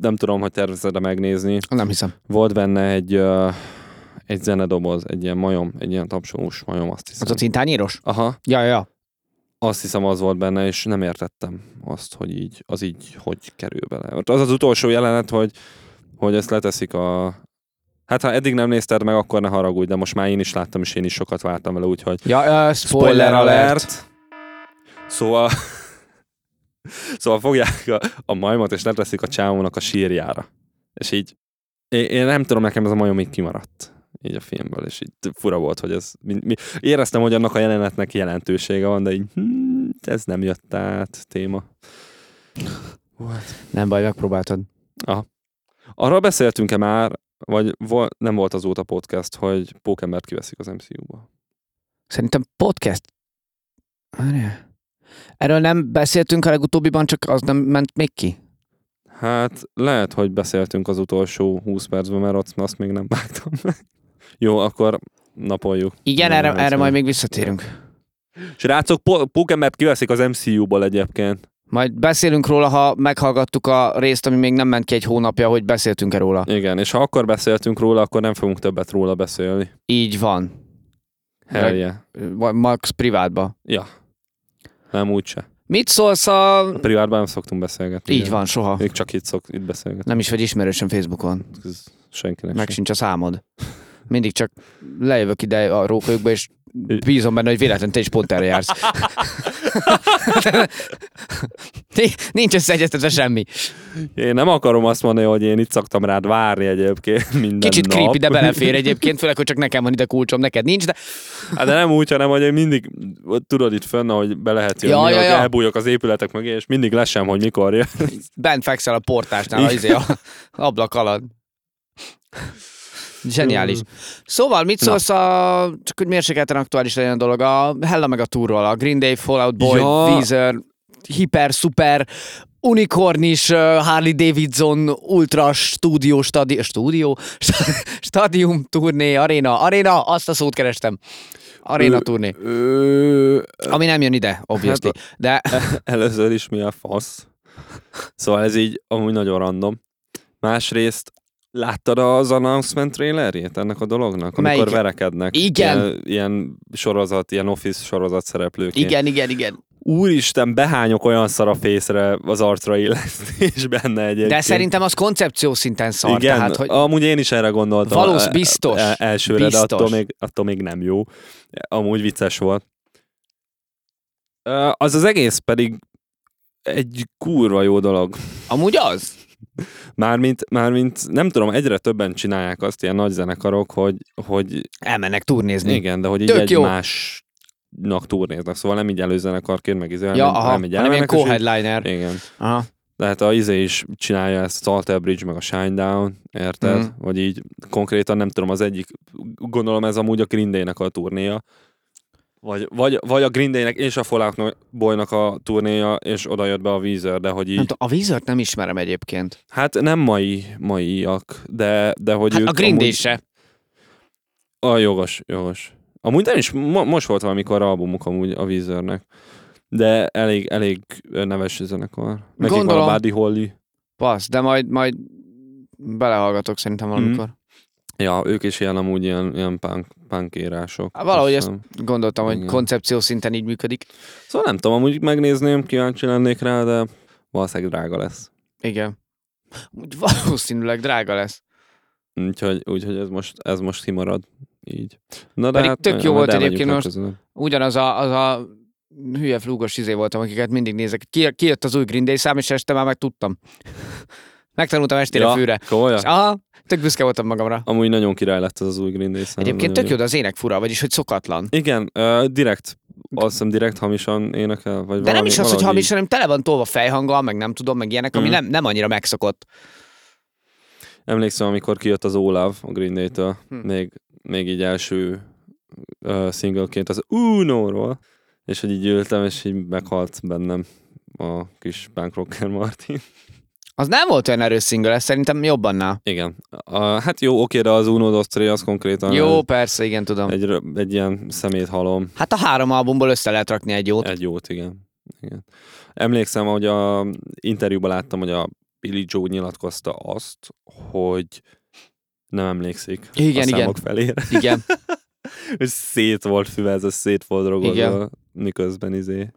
nem tudom, hogy tervezed megnézni,
Nem hiszem.
volt benne egy, ö, egy zenedoboz, egy ilyen majom, egy ilyen tapsolós majom, azt hiszem.
Az a cintányíros?
Aha,
Ja, ja, ja.
azt hiszem az volt benne, és nem értettem azt, hogy így, az így hogy kerül bele. Ott Az az utolsó jelenet, hogy, hogy ezt leteszik a... Hát ha eddig nem nézted meg, akkor ne haragudj, de most már én is láttam, és én is sokat vártam vele, úgyhogy
Ja, uh, spoiler, alert.
Szóval... szóval fogják a, a majmot, és leteszik a csávónak a sírjára. És így... Én, én nem tudom, nekem ez a majom így kimaradt így a filmből, és így fura volt, hogy ez... Mi, mi, éreztem, hogy annak a jelenetnek jelentősége van, de így hmm, ez nem jött át téma. Volt.
Nem baj, megpróbáltad.
Arról beszéltünk-e már, vagy vol, nem volt azóta podcast, hogy Pókembert kiveszik az MCU-ba?
Szerintem podcast. Várjál. Erről nem beszéltünk a legutóbbiban, csak az nem ment még ki.
Hát lehet, hogy beszéltünk az utolsó 20 percben, mert ott azt még nem vágtam meg. Jó, akkor napoljuk.
Igen,
Nem,
erre,
nem,
erre
nem.
majd még visszatérünk.
Srácok, po- Pókembert kiveszik az MCU-ból egyébként.
Majd beszélünk róla, ha meghallgattuk a részt, ami még nem ment ki egy hónapja, hogy beszéltünk-e róla.
Igen, és ha akkor beszéltünk róla, akkor nem fogunk többet róla beszélni.
Így van.
Hell yeah.
Vagy Max privátba.
Ja. Nem úgyse.
Mit szólsz a...
A privátban nem szoktunk beszélgetni.
Így
ugye?
van, soha.
Még csak itt szok, itt beszélgetni.
Nem is vagy ismerősöm Facebookon.
Ez senkinek
Meg
Meg... sem.
sincs a számod. Mindig csak lejövök ide a rókajukba, és bízom benne, hogy véletlen te is pont erre jársz. Ni- Nincs összeegyeztetve semmi.
Én nem akarom azt mondani, hogy én itt szoktam rád várni egyébként minden
Kicsit
nap.
creepy, de belefér egyébként, főleg, hogy csak nekem van ide kulcsom, neked nincs, de
Hát de nem úgy, hanem hogy én mindig tudod itt fönn, hogy be lehet jönni,
Ja,
ja,
ja, ja.
elbújok az épületek mögé, és mindig lesem, hogy mikor jön.
bent fekszel a portásnál, az izé a ablak alatt. Zseniális. Szóval mit
Na.
szólsz a, csak hogy mérsékelten aktuális legyen a dolog, a Hella meg a túról, a Green Day, Fallout Boy,
Ja.
ja. Weezer, hiper, szuper, unikornis ö, Harley Davidson ultra stúdió, stadi, stúdió, stadium turné, aréna, aréna, azt a szót kerestem. Aréna
Ö,
turné,
Ö, hát
ami nem jön ide, obviously, de
először is mi a fasz. Szóval ez így amúgy nagyon random. Másrészt láttad az announcement trailerjét ennek a dolognak, amikor
Melyik?
verekednek?
Igen.
Ilyen, ilyen sorozat, ilyen office sorozat szereplők.
igen, igen, igen.
Úristen, behányok olyan szar a fészre az arcra és benne egyébként.
De szerintem az koncepció szinten szar.
Igen,
tehát, hogy
amúgy én is erre gondoltam.
Valósz,
e-
biztos.
e- Elsőre, de attól
Biztos.
még, attól még nem jó. Amúgy vicces volt. Ö, Az az egész pedig egy kurva jó dolog.
Amúgy az.
Mármint, mármint, nem tudom, egyre többen csinálják azt ilyen nagy zenekarok, hogy, hogy
Elmennek turnézni.
igen, de hogy így
Tök jó.
egymásnak turnéznak. Szóval nem így előzenekarként, meg izé,
Ja,
hanem,
aha,
hanem így
hanem ilyen
elmennek, és így-
co-headliner.
Igen.
Aha.
Tehát a izé is csinálja ezt, Salter Bridge, meg a Shinedown, érted? Mm.
Mhm.
Vagy így konkrétan nem tudom, az egyik, gondolom ez amúgy a Green Day-nek a turnéja. Vagy, vagy, vagy a Green Day-nek és a Fallout Boy-nak a turnéja, és oda jött be a Weezer, de hogy
Nem
így,
tudom, a vízört nem ismerem egyébként.
hát nem mai, maiak, de, de hogy
Hát
ők
a Green Day
amúgy,
se.
A jogos, jogos. Amúgy nem is, mo- most volt valamikor albumuk amúgy a Weezernek. De elég, elég neves zenekar. Nekik van
Gondolom.
a Buddy Holly.
Basz, de majd, majd belehallgatok szerintem
Mhm.
valamikor.
Ja, ők is ilyen amúgy ilyen, ilyen punk, punkérások.
Há, valahogy
azt hiszem.
Gondoltam, hogy
Igen.
koncepció szinten így működik.
Szóval nem tudom, amúgy megnézném, kíváncsi lennék rá, de valószínűleg drága lesz.
Igen. Úgy valószínűleg drága lesz.
Úgyhogy, úgyhogy ez, most, ez most kimarad így. Na, de
Pedig
hát,
tök jó
majd
volt
elmegyünk
egyébként most.
legközelebb.
Ugyanaz a, az a hülye flúgos izé voltam, akiket mindig nézek. Ki, ki jött az új Green Day szám, és este már megtudtam. Megtanultam estére
Ja,
fűre.
Komolyan?
És Aha, tök büszke voltam magamra.
Amúgy nagyon király lett ez az új Green Day szám,
Egyébként
nagyon
tök jó, de az ének fura, vagyis hogy szokatlan.
Igen, ö, direkt, azt hiszem direkt hamisan énekel, vagy
De
valami,
nem is az, hogy
valahogy
hamis, hanem tele van tolva fejhanggal, meg nem tudom, meg ilyenek, ami
Mhm.
nem, nem annyira megszokott.
így. Emlékszem, amikor kijött az Olav a Green Day-től,
Hm.
még, még így első ö, singleként az Uno-ról, és hogy így ültem, és így meghalt bennem a kis punk rocker Martin.
Az nem volt olyan erős single, ez szerintem jobban nál.
Igen. A, hát jó, oké, de az Uno Dos Tres az konkrétan
Jó, persze, igen, tudom.
egy, rö- egy ilyen szemét halom.
Hát a három albumból össze lehet rakni egy jót.
Egy jót, igen. igen. Emlékszem, hogy a interjúban láttam, hogy a Billy Joe nyilatkozta azt, hogy nem emlékszik
Igen,
a
igen.
számok felére.
Igen.
És szét volt füvezve, szét volt drogozva,
Igen.
miközben izé.
Azt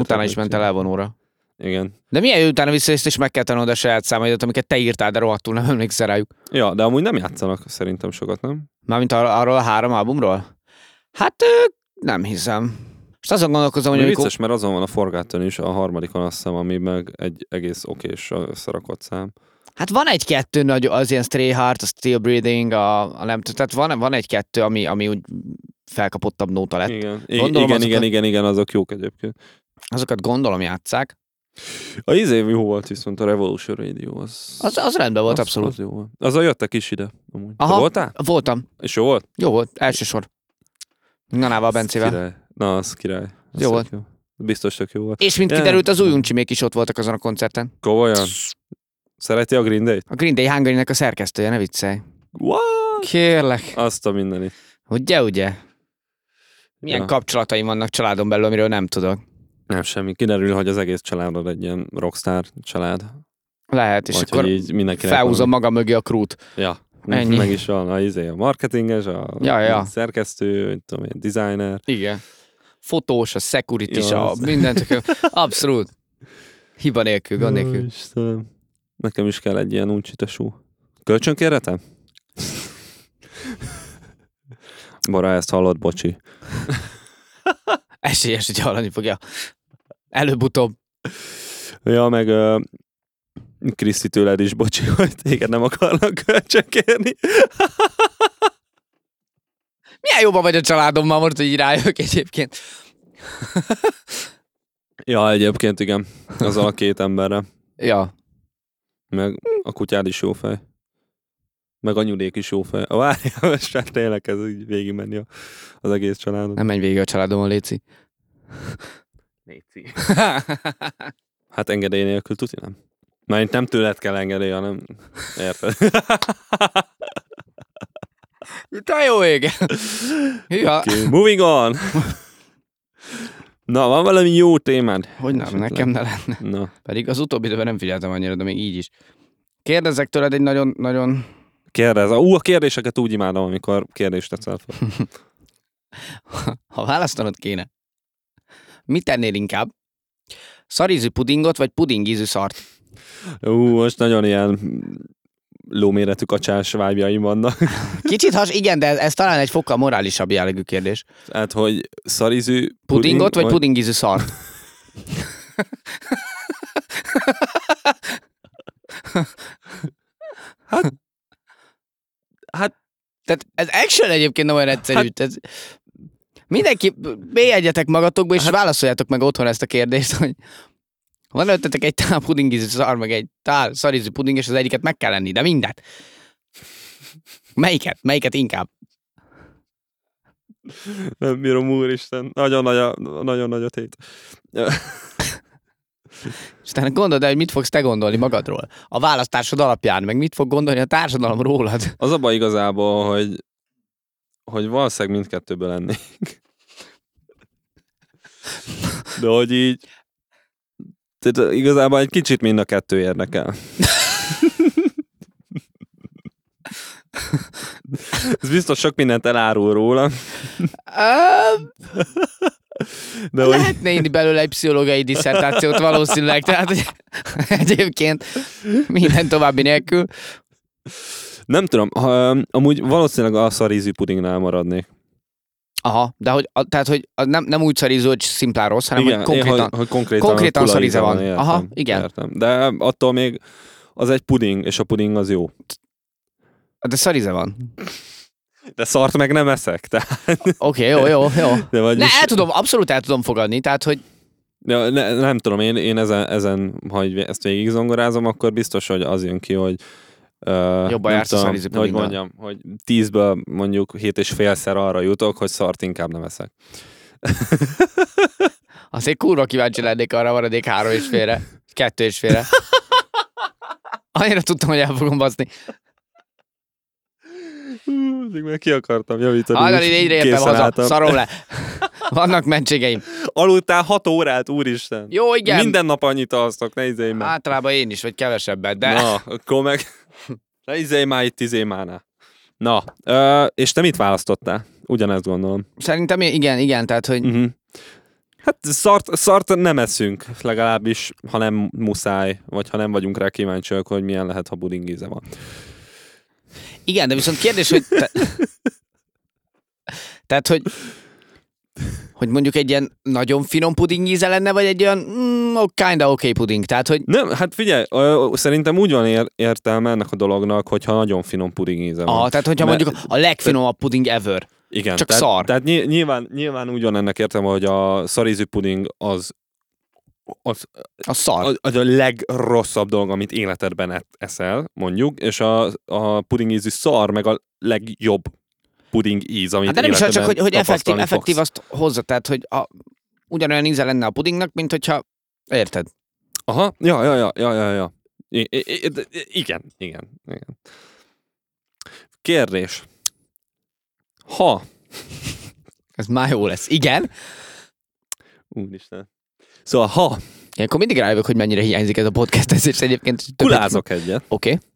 Írtak
utána is
neki.
ment el elvonóra.
Igen.
De milyen jó utána vissza, és meg kell tanulnod a saját számaidat, amiket te írtál, de rohadtul nem emlékszel rájuk.
Ja, de amúgy nem játszanak szerintem sokat, nem?
Mármint ar- arról a három albumról? Hát ö, nem hiszem. Most azon gondolkozom, hogy
Mondjuk
amikor...
vicces, mert azon van a Forgotten is, a harmadikon azt hiszem, ami meg egy egész okés összerakott szám.
Hát van egy-kettő nagy, az ilyen Stray Heart, a Still Breathing, a, a nem tudom, tehát van, van egy-kettő, ami, ami úgy felkapottabb nóta lett.
Igen, I- igen,
Hát, Gondolom
igen,
azokat-
igen, igen, igen, azok jók egyébként.
Azokat gondolom játszák.
A izé jó volt viszont a Revolution Radio, az...
Az, az rendben volt,
az,
abszolút.
Az jó volt. Azzal jöttek is ide, amúgy. Aha.
Aha.
Te voltál?
Voltam.
És jó volt?
Jó volt, elsősor. Nanával,
Az
Bencével.
Király. Na, az király. Az
Jó
tök
volt.
Biztos tök jó volt.
És mint
Ja.
kiderült, az új uncsimék is ott voltak azon a koncerten.
Komolyan? Szereti a Green Day-t?
A Green Day Hungary-nek a szerkesztője, ne viccelj.
What?
Kérlek.
Azt a mindenit.
Ugye, ugye? Milyen
Ja.
kapcsolataim vannak családon belül, amiről nem tudok.
Nem semmi. Kiderül, hogy az egész családod egy ilyen rockstar család.
Lehet, és
És Vagy
akkor
hogy így mindenkinek
felhúzom magam mögé a krút.
Van. Ja.
Ennyi.
Meg is van a, izé, a marketinges, a
Ja, ja.
szerkesztő, mit tudom én, designer.
Igen. Fotós, a security is,
Jó,
a
az-
mindent. Abszolút. Hiba nélkül, gond nélkül.
Istenem. Nekem is kell egy ilyen uncsitesú. Kölcsönkérletem? Bara, ezt hallott, bocsi.
Esélyes, hogy hallani fogja. Előbb-utóbb.
Ja, meg uh, Kriszti tőled is, bocsi, hogy téged nem akarnak kölcsönkérni.
Milyen jóban vagy a családommal most, hogy így rájövök egyébként.
Ja, egyébként igen, azzal a két emberre.
Ja.
Meg a kutyád is jó fej. Meg anyudék is jó fej. Várjál, most már tényleg ez így végigmenni a- az egész családon.
Nem menj végig a családomon, Léci.
Léci. Hát engedély nélkül tuti nem. Mert nem tőled kell engedély, hanem érted.
Te jó ég! Hűha.
Okay, moving on! Na, van valami jó témád?
Hogy nem,
Esetleg.
nekem ne lenne.
Na,
Pedig az utóbbi időben nem figyeltem annyira, de még így is. Kérdezek tőled egy nagyon-nagyon...
kérdez. Ú, a kérdéseket úgy imádom, amikor kérdést teszel fel.
Ha választanod kéne, mit tennél inkább? Szarízű pudingot, vagy pudingízű szart?
Ú, most nagyon ilyen lóméretű kacsás vágyjaim vannak.
Kicsit has, igen, de ez, ez talán egy fokkal morálisabb jellegű kérdés.
Hát, hogy szarizű...
Pudingot, vagy pudingízű szart?
Hát,
Tehát ez action egyébként nem olyan egyszerű. Hát, Tehát mindenki mélyedjetek magatokba, és hát, válaszoljátok meg otthon ezt a kérdést, hogy van előttetek egy tál pudingízű szar, meg egy tál szarízű puding, és az egyiket meg kell lenni, de mindet. Melyiket? Melyiket inkább?
nem bírom, úristen. Nagyon nagy a, nagyon nagy a tét.
És utána gondold el, hogy mit fogsz te gondolni magadról. A választásod alapján, meg mit fog gondolni a társadalom rólad.
Az a baj igazából, hogy, hogy valószínűleg mindkettőből lennék. De hogy így... Tehát igazából egy kicsit mind a kettő érdekel. Ez biztos sok mindent elárul róla,
Ö,
de hogy...
Lehetne írni belőle egy pszichológiai diszertációt valószínűleg, tehát hogy egyébként minden további nélkül.
Nem tudom, ha, amúgy valószínűleg a szarízű pudingnál maradnék.
Aha, de hogy, a, tehát, hogy a nem, nem úgy szarízó, hogy szimplán rossz, hanem igen, hogy
én,
konkrétan.
hogy, hogy konkrétan,
konkrétan
kulaíze
szaríze van.
Értem,
Aha, igen.
Értem. De attól még az egy puding, és a puding az jó.
De szaríze van.
De szart meg nem eszek. Tehát,
Oké, okay, jó, jó, jó.
de
Ne, hát-
vagyis,
el tudom, abszolút el tudom fogadni, tehát, hogy
de ne, nem tudom, én, én ezen, ezen, ha így ezt végig zongorázom, akkor biztos, hogy az jön ki, hogy Uh,
Jobban jársz a szarízi
hogy
pudinggal.
mondjam, hogy tízből mondjuk hét és félszer arra jutok, hogy szart inkább nem eszek.
Azt én kurva kíváncsi lennék arra a maradék három és félre. Kettő és félre. Annyira tudtam, hogy el fogom baszni.
Hú, Még meg ki akartam javítani.
Hajnali
úgy
négyre értem
készen
haza,
álltam.
szarom le. Vannak mentségeim.
Aludtál hat órát, úristen.
Jó, igen.
Minden nap annyit alszok, ne izélj már.
Általában én is, vagy kevesebbet, de...
Na, akkor meg... Ne izélj izé már itt izémánál. Na, ö, és te mit választottál? Ugyanezt gondolom.
Szerintem én- igen, igen, tehát, hogy
Uh-huh. Hát szart, szart nem eszünk, legalábbis, ha nem muszáj, vagy ha nem vagyunk rá kíváncsiak, hogy milyen lehet, ha puding íze van.
igen, de viszont kérdés, hogy te... tehát, hogy hogy mondjuk egy ilyen nagyon finom puding íze lenne, vagy egy olyan mm, oh, kinda okay puding, tehát, hogy
Nem, hát figyelj, ö, szerintem úgy van ér- értelme ennek a dolognak, hogyha nagyon finom puding íze van.
ah, tehát, hogyha
Mert-
mondjuk a legfinomabb puding ever.
Igen,
Csak
tehát,
szar.
Tehát ny- nyilván, nyilván úgy van ennek értelme, hogy a szarízű puding az az,
A szar.
az, az a legrosszabb dolog, amit életedben et- eszel, mondjuk, és a, a puding ízű szar meg a legjobb puding íz, amit
Hát de nem is, az,
életedben
csak hogy, hogy effektív,
tapasztalni
effektív
fogsz.
azt hozza, tehát, hogy a, ugyanolyan íze lenne a pudingnak, mint hogyha Érted?
Aha, ja, ja, ja, ja, ja, ja. I- i- i- de- i- igen, igen, igen. Kérdés. Ha
Ez már jó lesz. Igen.
Úristen. Szóval, ha
Ilyenkor mindig rájövök, hogy mennyire hiányzik ez a podcast, és egyébként...
kulázok egyet,
Oké. Okay.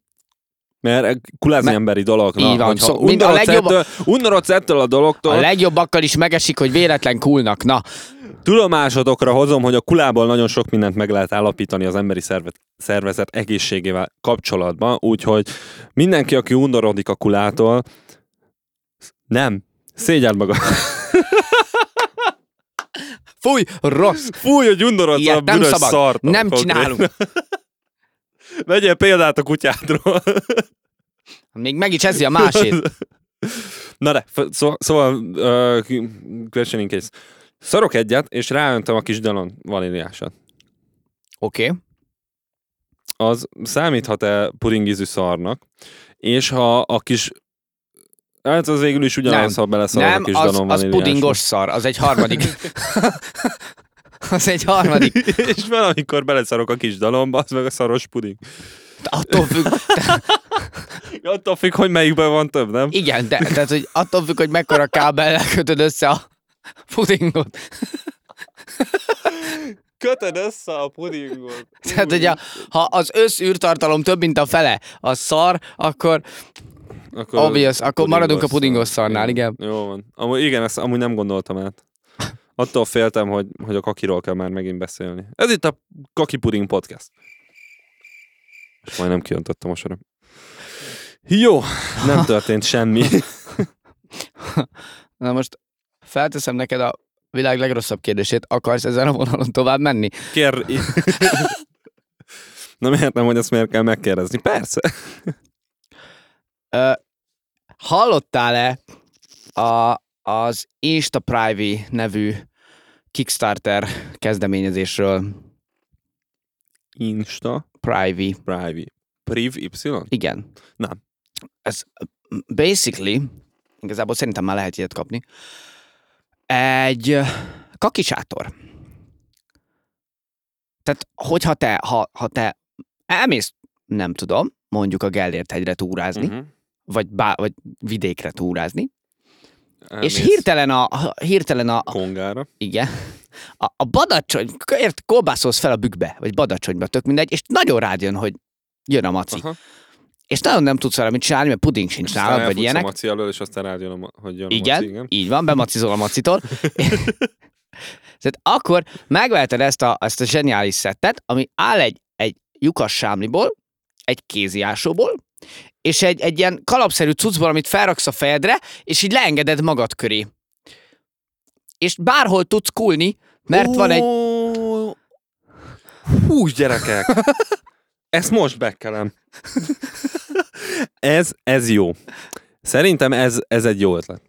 mert kulázni
Mert-
emberi dolog, na,
Így van,
hogyha
szó- mind a
undorodsz,
legjobb-
ettől, undorodsz ettől a dologtól,
A legjobbakkal is megesik, hogy véletlen kulnak. Na,
tudomásodokra hozom, hogy a kulából nagyon sok mindent meg lehet állapítani az emberi szervet, szervezet egészségével kapcsolatban, úgyhogy mindenki, aki undorodik a kulától, nem, szégyeld maga.
fúj, rossz,
Fúj, hogy undorodsz
Ilyet
a
nem
büdös
szabad.
szart.
nem csinálunk.
Vegyél példát a kutyádról.
Még meg is ezzi a másét.
Na de, f- szó, szóval, uh, question in case. Szarok egyet, és ráöntöm a kis Danon vaníliásat.
Oké. Okay.
Az számíthat-e puringízű szarnak? És ha a kis... Hát az végül is ugyanaz, ha beleszarod Szóval a
Nem,
kis
az,
Danon
az
vaníliásba.
pudingos szar, az egy harmadik. az egy harmadik.
és valamikor beleszarok a kis dalomba, az meg a szaros puding.
Attól függ,
Attól függ, hogy melyikben van több, nem?
igen, de, tehát, hogy attól függ, hogy mekkora kábellel kötöd össze a pudingot.
Kötöd össze a pudingot.
Tehát, hogy a, ha az összűrtartalom több, mint a fele, az szar, akkor
Akkor
obvious, akkor maradunk a pudingos szarnál, igen.
Jó van. Amúgy, igen, ezt amúgy nem gondoltam át. Attól féltem, hogy, hogy a kakiról kell már megint beszélni. Ez itt a Kaki Puding Podcast. És majdnem kijöntöttem a sorom. Jó, nem történt semmi.
Na most felteszem neked a világ legrosszabb kérdését, akarsz ezen a vonalon tovább menni?
Kér... Nem értem, hogy ezt miért kell megkérdezni. Persze.
Ö, hallottál-e a, az Insta Privy nevű Kickstarter kezdeményezésről?
Insta,
Privy,
Privy. Priv Y?
igen.
Nem.
Ez basically, igazából szerintem már lehet ilyet kapni, egy ö, kakisátor. Tehát, hogyha te, ha, ha te elmész, nem tudom, mondjuk a Gellért hegyre túrázni,
Uh-huh.
vagy, bá, vagy vidékre túrázni,
Elmész
és hirtelen a, hirtelen a,
Kongára.
igen, a, a badacsony, ért, kolbászolsz fel a bükkbe, vagy badacsonyba, tök mindegy, és nagyon rád jön, hogy jön a maci.
Aha.
És nagyon nem tudsz vele mit csinálni, mert puding sincs nálad, vagy
Elfutsz
ilyenek.
a maci elől, és aztán rájön, a ma- hogy jön a
Igen,
maci, igen.
így van, bemacizol a macitól. Tehát akkor megveheted ezt a, ezt a zseniális szettet, ami áll egy, egy lyukas sámliból, egy kéziásóból, és egy, egy ilyen kalapszerű cuccból, amit felraksz a fejedre, és így leengeded magad köré. És bárhol tudsz kulni, mert van egy...
Ó, Hú, gyerekek! Ezt most bekelem. Ez, ez jó. Szerintem ez, ez egy jó ötlet.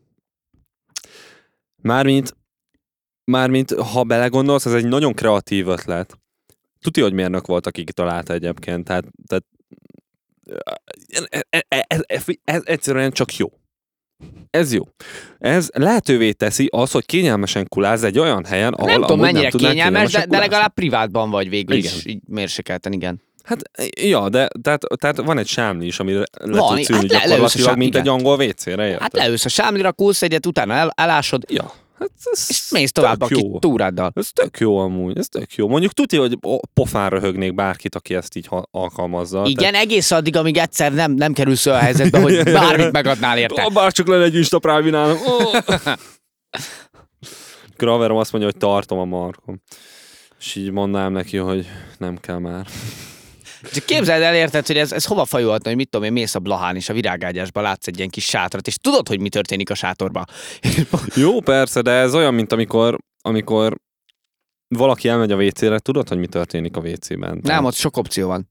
Mármint, mármint, ha belegondolsz, ez egy nagyon kreatív ötlet. Tudja, hogy mérnök volt, aki kitalálta egyébként. Tehát, tehát ez, ez, ez, ez egyszerűen csak jó. Ez jó. Ez lehetővé teszi az, hogy kényelmesen kulázz egy olyan helyen, ahol
nem tudom,
amúgy
mennyire
tudnál
kényelmes, de,
kényelmesen
de
kulászni.
legalább privátban vagy végül igen. is.
Igen.
Így mérsékelten, igen.
Hát, ja, de tehát, tehát van egy sámli is, amire le
Van,
tudsz ülni
hát le- leülsz a
gyakorlatilag,
sámli,
mint
igen.
egy angol WC-re, érted?
Hát leülsz a sámlira, kulsz egyet, utána el, elásod,
Ja, hát ez
és mész tovább a
tök
kis
jó.
túráddal.
Ez tök jó amúgy, ez tök jó. Mondjuk tudja, hogy o- pofán röhögnék bárkit, aki ezt így ha- alkalmazza.
Igen, egész addig, amíg egyszer nem, nem kerülsz olyan helyzetbe, hogy bármit megadnál érte.
Tehát, bár csak lenne egy Insta právinának. Graverom azt mondja, hogy tartom a markom. És így mondanám neki, hogy nem kell már.
Csak képzeld el, érted, hogy ez, ez hova fajulhatna, hogy mit tudom én, mész a Blahán és a virágágyásba látsz egy ilyen kis sátrat, és tudod, hogy mi történik a sátorba.
Jó, persze, de ez olyan, mint amikor, amikor valaki elmegy a WC-re, tudod, hogy mi történik a WC-ben?
Nem, ott sok opció van.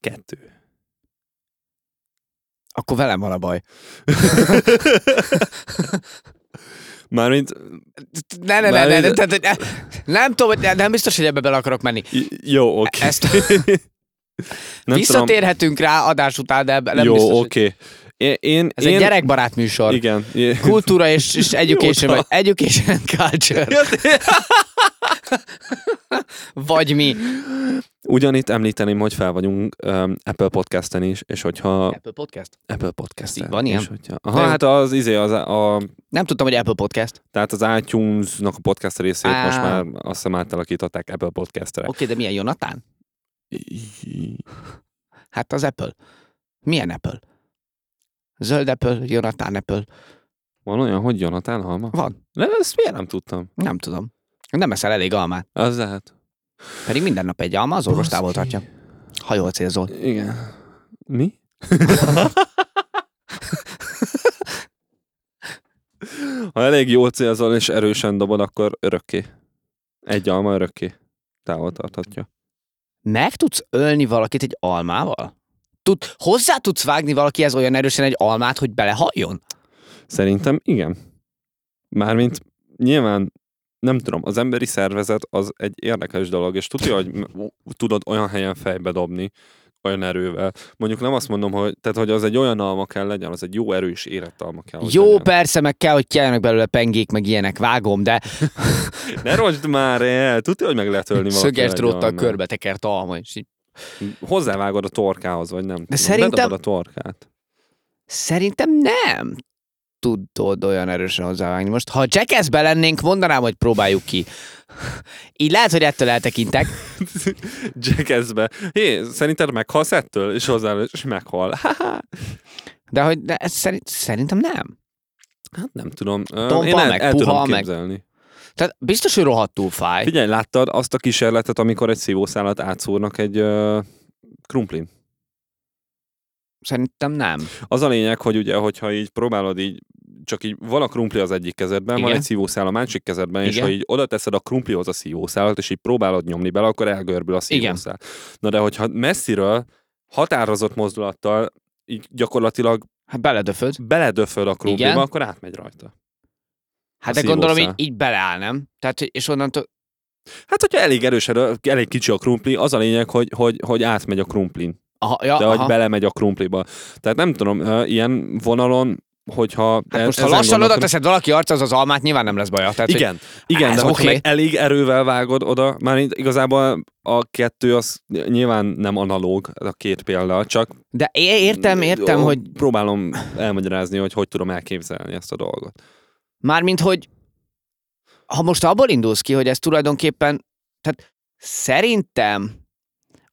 kettő.
Akkor velem van a baj.
Mármint,
Ne, ne, ne, ne, ne, ne, ne, nem tudom, hogy- nem biztos, hogy ebbe bele akarok menni.
j- jó, oké. Okay.
Ezt
Nem tudom.
visszatérhetünk rá adás után, de nem biztos,
Jó,
hogy-
oké. Én, én,
Ez
én,
egy gyerekbarát műsor.
Igen. Én-
Kultúra és, és education,
Jó,
vagy education and culture, vagy mi.
Ugyanitt említeném, hogy fel vagyunk um, Apple Podcast-en is, és hogyha
Apple Podcast?
Apple Podcast-en.
Van ilyen?
És hogyha,
Na
aha,
jó.
hát az, izé, az, a,
Nem tudtam, hogy Apple Podcast.
tehát az iTunes-nak a podcast részét
Á.
most már azt hiszem átalakították Apple Podcast-re.
Oké, de milyen Jonatán?
I-
Hát az Apple. Milyen Apple? Zöld Apple, Jonatán Apple.
Van olyan, hogy Jonathan Halma?
Van.
Nem, ezt miért nem tudtam?
Nem tudom. Nem eszel elég almát.
Az lehet.
Pedig minden nap egy alma, az orvos távol tartja. Ha jól célzol.
Igen. Mi? ha elég jól célzol és erősen dobod, akkor örökké. Egy alma örökké. Távol tarthatja.
Meg tudsz ölni valakit egy almával? Tud, hozzá tudsz vágni valakihez olyan erősen egy almát, hogy belehalljon?
Szerintem igen. Mármint nyilván nem tudom, az emberi szervezet az egy érdekes dolog, és tudja, hogy m- tudod olyan helyen fejbe dobni, olyan erővel. Mondjuk nem azt mondom, hogy, tehát, hogy az egy olyan alma kell legyen, az egy jó erős érett alma kell. hogy
Jó,
legyen.
persze, meg kell, hogy kiálljanak belőle pengék, meg ilyenek, vágom, de
Ne rocsd már el! Tudja, hogy meg lehet ölni valaki.
szöges
egy
dróttal
almát.
körbetekert alma. És így.
Hozzávágod a torkához, vagy nem. tudom.
szerintem-
Bedobod a torkát.
Szerintem nem tudod olyan erősen hozzávágni. Most, ha jackassbe lennénk, mondanám, hogy próbáljuk ki. Így lehet, hogy ettől eltekintek.
Jackassbe. Hé, szerinted meghalsz ettől? És hozzá, és meghal. Ha-ha.
De hogy de ez szerint, szerintem nem.
Hát nem tudom. Ö,
Tompa
Én el,
meg,
el
puha
tudom
meg.
képzelni.
Tehát biztos, hogy rohadtul fáj.
Figyelj, láttad azt a kísérletet, amikor egy szívószálat átszúrnak egy ö, krumplin?
Szerintem nem.
Az a lényeg, hogy ugye, hogyha így próbálod így csak így van a krumpli az egyik kezedben, Igen. van
Igen.
egy szívószál a másik kezedben, és
Igen.
ha így oda teszed a krumplihoz a szívószálat, és így próbálod nyomni bele, akkor elgörbül a szívószál. Na de hogyha messziről határozott mozdulattal így gyakorlatilag
Hát beledöföd.
beledöföd a krumpliba,
Igen.
akkor átmegy rajta.
Hát
A
de gondolom, így,
szívószál.
így beleáll, nem? Tehát, hogy- és onnantól...
Hát, hogyha elég erős, erő- elég kicsi a krumpli, az a lényeg, hogy, hogy, hogy átmegy a krumplin.
Aha, ja,
de
aha.
hogy belemegy a krumpliba. Tehát nem tudom, ö, ilyen vonalon, hogyha...
Hát
e-
most, ha
ezen
lassan oda
gondolkodom-
teszed valaki arca, az az almát, nyilván nem lesz baja. Tehát, hogy-
Igen, igen
Ez
de hogyha
oké.
meg elég erővel vágod oda, már így igazából a kettő az nyilván nem analóg, ez a két példa, csak
De é- értem, értem,
Jó,
hogy
próbálom elmagyarázni, hogy hogy tudom elképzelni ezt a dolgot.
mármint, hogy ha most abból indulsz ki, hogy ez tulajdonképpen, tehát szerintem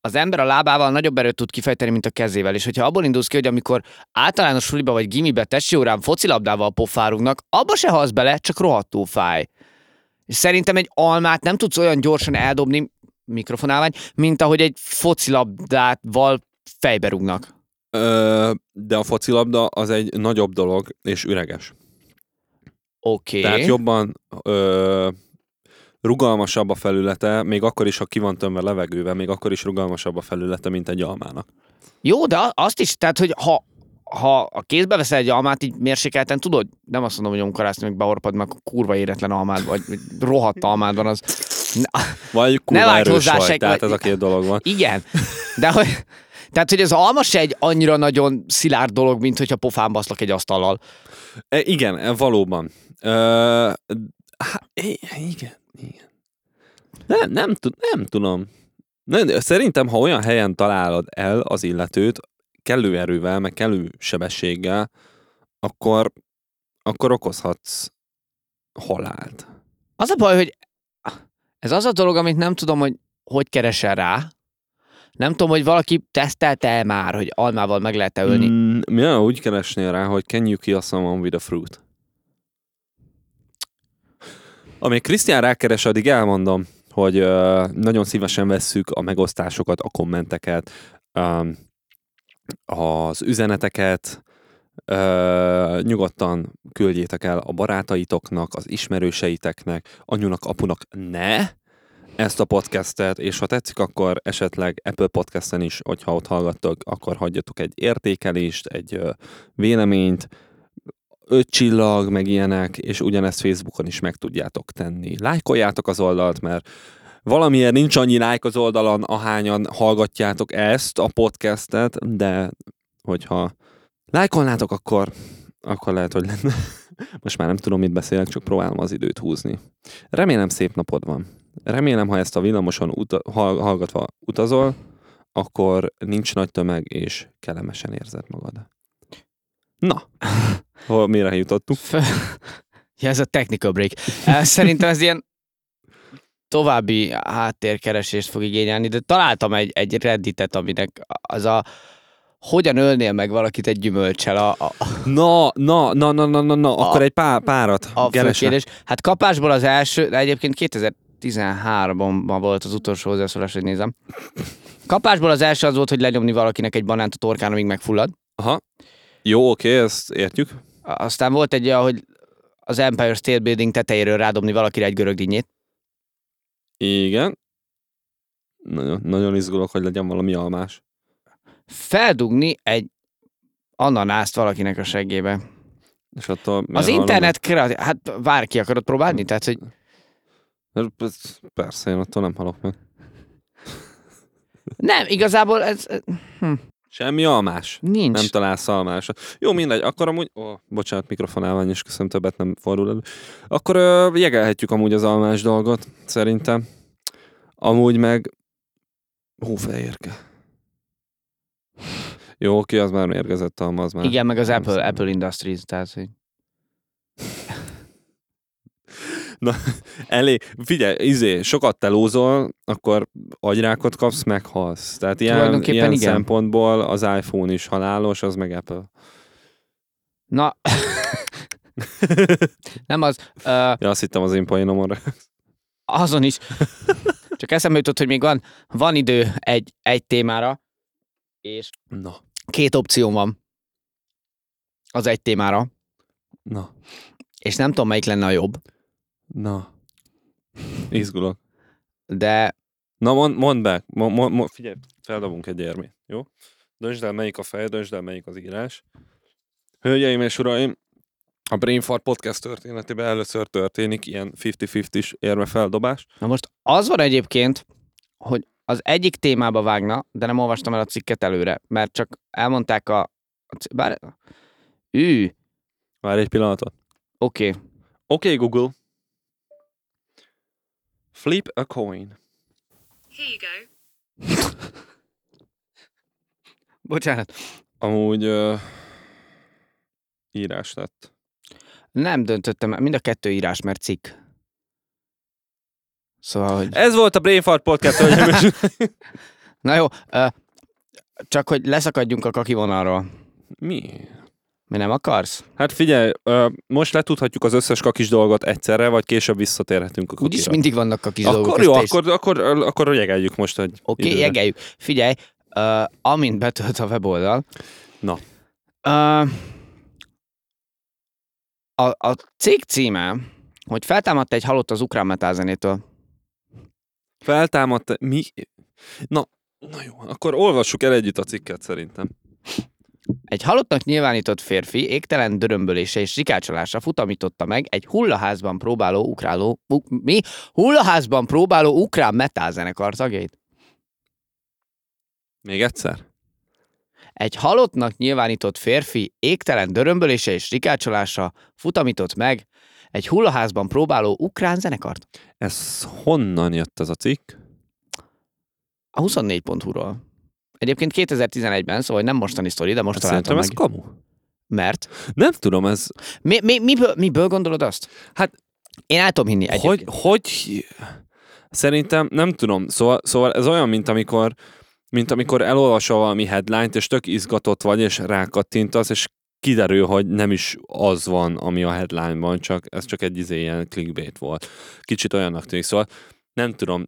az ember a lábával nagyobb erőt tud kifejteni, mint a kezével. És hogyha abból indulsz ki, hogy amikor általános suliba vagy gimibe tesi órán focilabdával pofárugnak, abba se halsz bele, csak rohadtul fáj. És szerintem egy almát nem tudsz olyan gyorsan eldobni, mikrofonálvány, mint ahogy egy focilabdával fejbe rúgnak.
Ö, de a focilabda az egy nagyobb dolog, és üreges.
Oké.
Tehát jobban ö, rugalmasabb a felülete, még akkor is, ha ki van tömve levegővel, még akkor is rugalmasabb a felülete, mint egy almának.
Jó, de a- azt is, tehát, hogy ha, ha a kézbe veszel egy almát, így mérsékelten tudod, nem azt mondom, hogy omkarászni, meg behorpad, meg kurva éretlen almád, vagy vagy rohadt almád van, az... Na,
Vagy kurva
vágj
erős
hozzá
vagy,
se-
tehát
vagy-
ez a két dolog van.
igen, de hogy... Tehát, hogy az alma se egy annyira nagyon szilárd dolog, mint hogyha pofán baszlak egy asztallal.
E, igen, e, valóban. Ö, há, i- igen, igen. Nem, nem, tud, nem tudom. Nem, de szerintem, ha olyan helyen találod el az illetőt, kellő erővel, meg kellő sebességgel, akkor, akkor okozhatsz halált.
Az a baj, hogy ez az a dolog, amit nem tudom, hogy hogy keresel rá. Nem tudom, hogy valaki tesztelte már, hogy almával meg lehet-e ölni. Mm.
Mm, mi olyan úgy keresnél rá, hogy can you kill someone with a fruit? Amíg Krisztián rákeres, addig elmondom, hogy ö, nagyon szívesen vesszük a megosztásokat, a kommenteket, ö, az üzeneteket, ö, nyugodtan küldjétek el a barátaitoknak, az ismerőseiteknek, anyunak, apunak ne ezt a podcastet, és ha tetszik, akkor esetleg Apple podcasten is, hogyha ott hallgattok, akkor hagyjatok egy értékelést, egy ö, véleményt, öt csillag, meg ilyenek, és ugyanezt Facebookon is meg tudjátok tenni. Lájkoljátok az oldalt, mert valamiért nincs annyi lájk az oldalon, ahányan hallgatjátok ezt a podcastet, de hogyha lájkolnátok, akkor, akkor lehet, hogy lenne. Most már nem tudom, mit beszélek, csak próbálom az időt húzni. Remélem szép napod van. Remélem, ha ezt a villamoson uta- hall- hallgatva utazol, akkor nincs nagy tömeg, és kellemesen érzed magad. Na, hol, mire jutottuk?
Ja, ez a technical break. Eh, Szerintem ez ilyen további háttérkeresést fog igényelni, de találtam egy, egy redditet, aminek az a hogyan ölnél meg valakit egy gyümölcsel a, a,
Na, na, na, na, na, na, na
A-
akkor egy pár, párat.
a fő
Geresnek.
kérdés. Hát kapásból az első, de egyébként 2013-ban volt az utolsó hozzászólás, hogy nézem. Kapásból az első az volt, hogy lenyomni valakinek egy banánt a torkán, amíg megfullad.
Aha. Jó, oké, ezt értjük.
Aztán volt egy olyan, hogy az Empire State Building tetejéről rádobni valakire egy görög dinnyét.
Igen. Nagyon, nagyon izgulok, hogy legyen valami almás.
Feldugni egy ananászt valakinek a seggébe.
És attól
Az internet kreatív... Hát vár, ki akarod próbálni? Tehát, hogy
Hallom, persze, én attól nem halok meg.
nem, igazából ez
Semmi almás.
nincs.
Nem találsz almásra. Jó, mindegy, akkor amúgy... Ó, bocsánat, mikrofonálvány is, köszönöm, többet nem fordul elő. Akkor ö, jegelhetjük amúgy az almás dolgot, szerintem. Amúgy meg... Hófehérke. Jó, oké, az már mérgezett alma, az már...
Igen, meg az
nem
Apple,
hiszem.
Apple Industries, tehát, hogy...
Elé, figyelj, izé, sokat telózol, akkor agyrákot kapsz, meghalsz. Tehát ilyen,
Tulajdonképpen
ilyen
igen.
szempontból az iPhone is halálos, az meg Apple.
Na, nem az, ö,
Ja, azt hittem az én poénomra.
azon is. Csak eszembe jutott, hogy még van, van idő egy, egy témára, és
Na,
két opció van az egy témára,
na,
és nem tudom, melyik lenne a jobb,
na. Izgulok.
de
Na, mond, mondd be, mo, mo, mo, figyelj, feldobunk egy érmét, jó? Döntsd el, melyik a fej, döntsd el, melyik az írás. Hölgyeim és uraim, a Brain Fart Podcast történetében először történik ilyen 50-50-is érme feldobás.
na most az van egyébként, hogy az egyik témába vágna, de nem olvastam el a cikket előre, mert csak elmondták a... a c- bár... Ű,
Várj egy pillanatot.
oké. Okay.
Okay, Google. Flip a coin.
Here you go.
Bocsánat.
Amúgy uh, írás lett.
Nem döntöttem, el. mind a kettő írás, mert cikk. Szóval, hogy...
Ez volt a Brain Fart Podcast, hölgyeim és...
Na jó, ö, csak hogy leszakadjunk a kakivonalról.
Mi?
Mi nem akarsz?
Hát figyelj, uh, most letudhatjuk az összes kakis dolgot egyszerre, vagy később visszatérhetünk a kakira.
Úgyis mindig vannak kakis dolgok.
akkor
ezt
jó,
te is-
akkor, akkor, akkor jegeljük most egy
Oké, okay,
időre.
jegeljük. Figyelj, uh, amint betölt a weboldal.
Na.
Uh, a, a cég címe, hogy feltámadta egy halott az ukrán metázenétől.
Feltámadt, mi? Na, na jó, akkor olvassuk el együtt a cikket szerintem.
Egy halottnak nyilvánított férfi égtelen dörömbölése és rikácsolása futamította meg egy hullaházban próbáló ukráló, u, mi? Hullaházban próbáló ukrán metázenekar tagjait.
Még egyszer?
Egy halottnak nyilvánított férfi égtelen dörömbölése és rikácsolása futamított meg egy hullaházban próbáló ukrán zenekart.
Ez honnan jött ez a cikk?
A 24.hu-ról. Egyébként 2011-ben, szóval nem mostani sztori, de most
Hát
találtam
Szerintem
meg.
ez kamu.
Mert?
Nem tudom, ez
Mi, mi, miből, miből gondolod azt?
Hát-
én el tudom hinni egyébként.
hogy, hogy... Szerintem nem tudom. Szóval, szóval ez olyan, mint amikor mint amikor elolvasol valami headline-t, és tök izgatott vagy, és rákattintasz, és kiderül, hogy nem is az van, ami a headline-ban, csak ez csak egy izé, ilyen clickbait volt. Kicsit olyannak tűnik. Szóval nem tudom,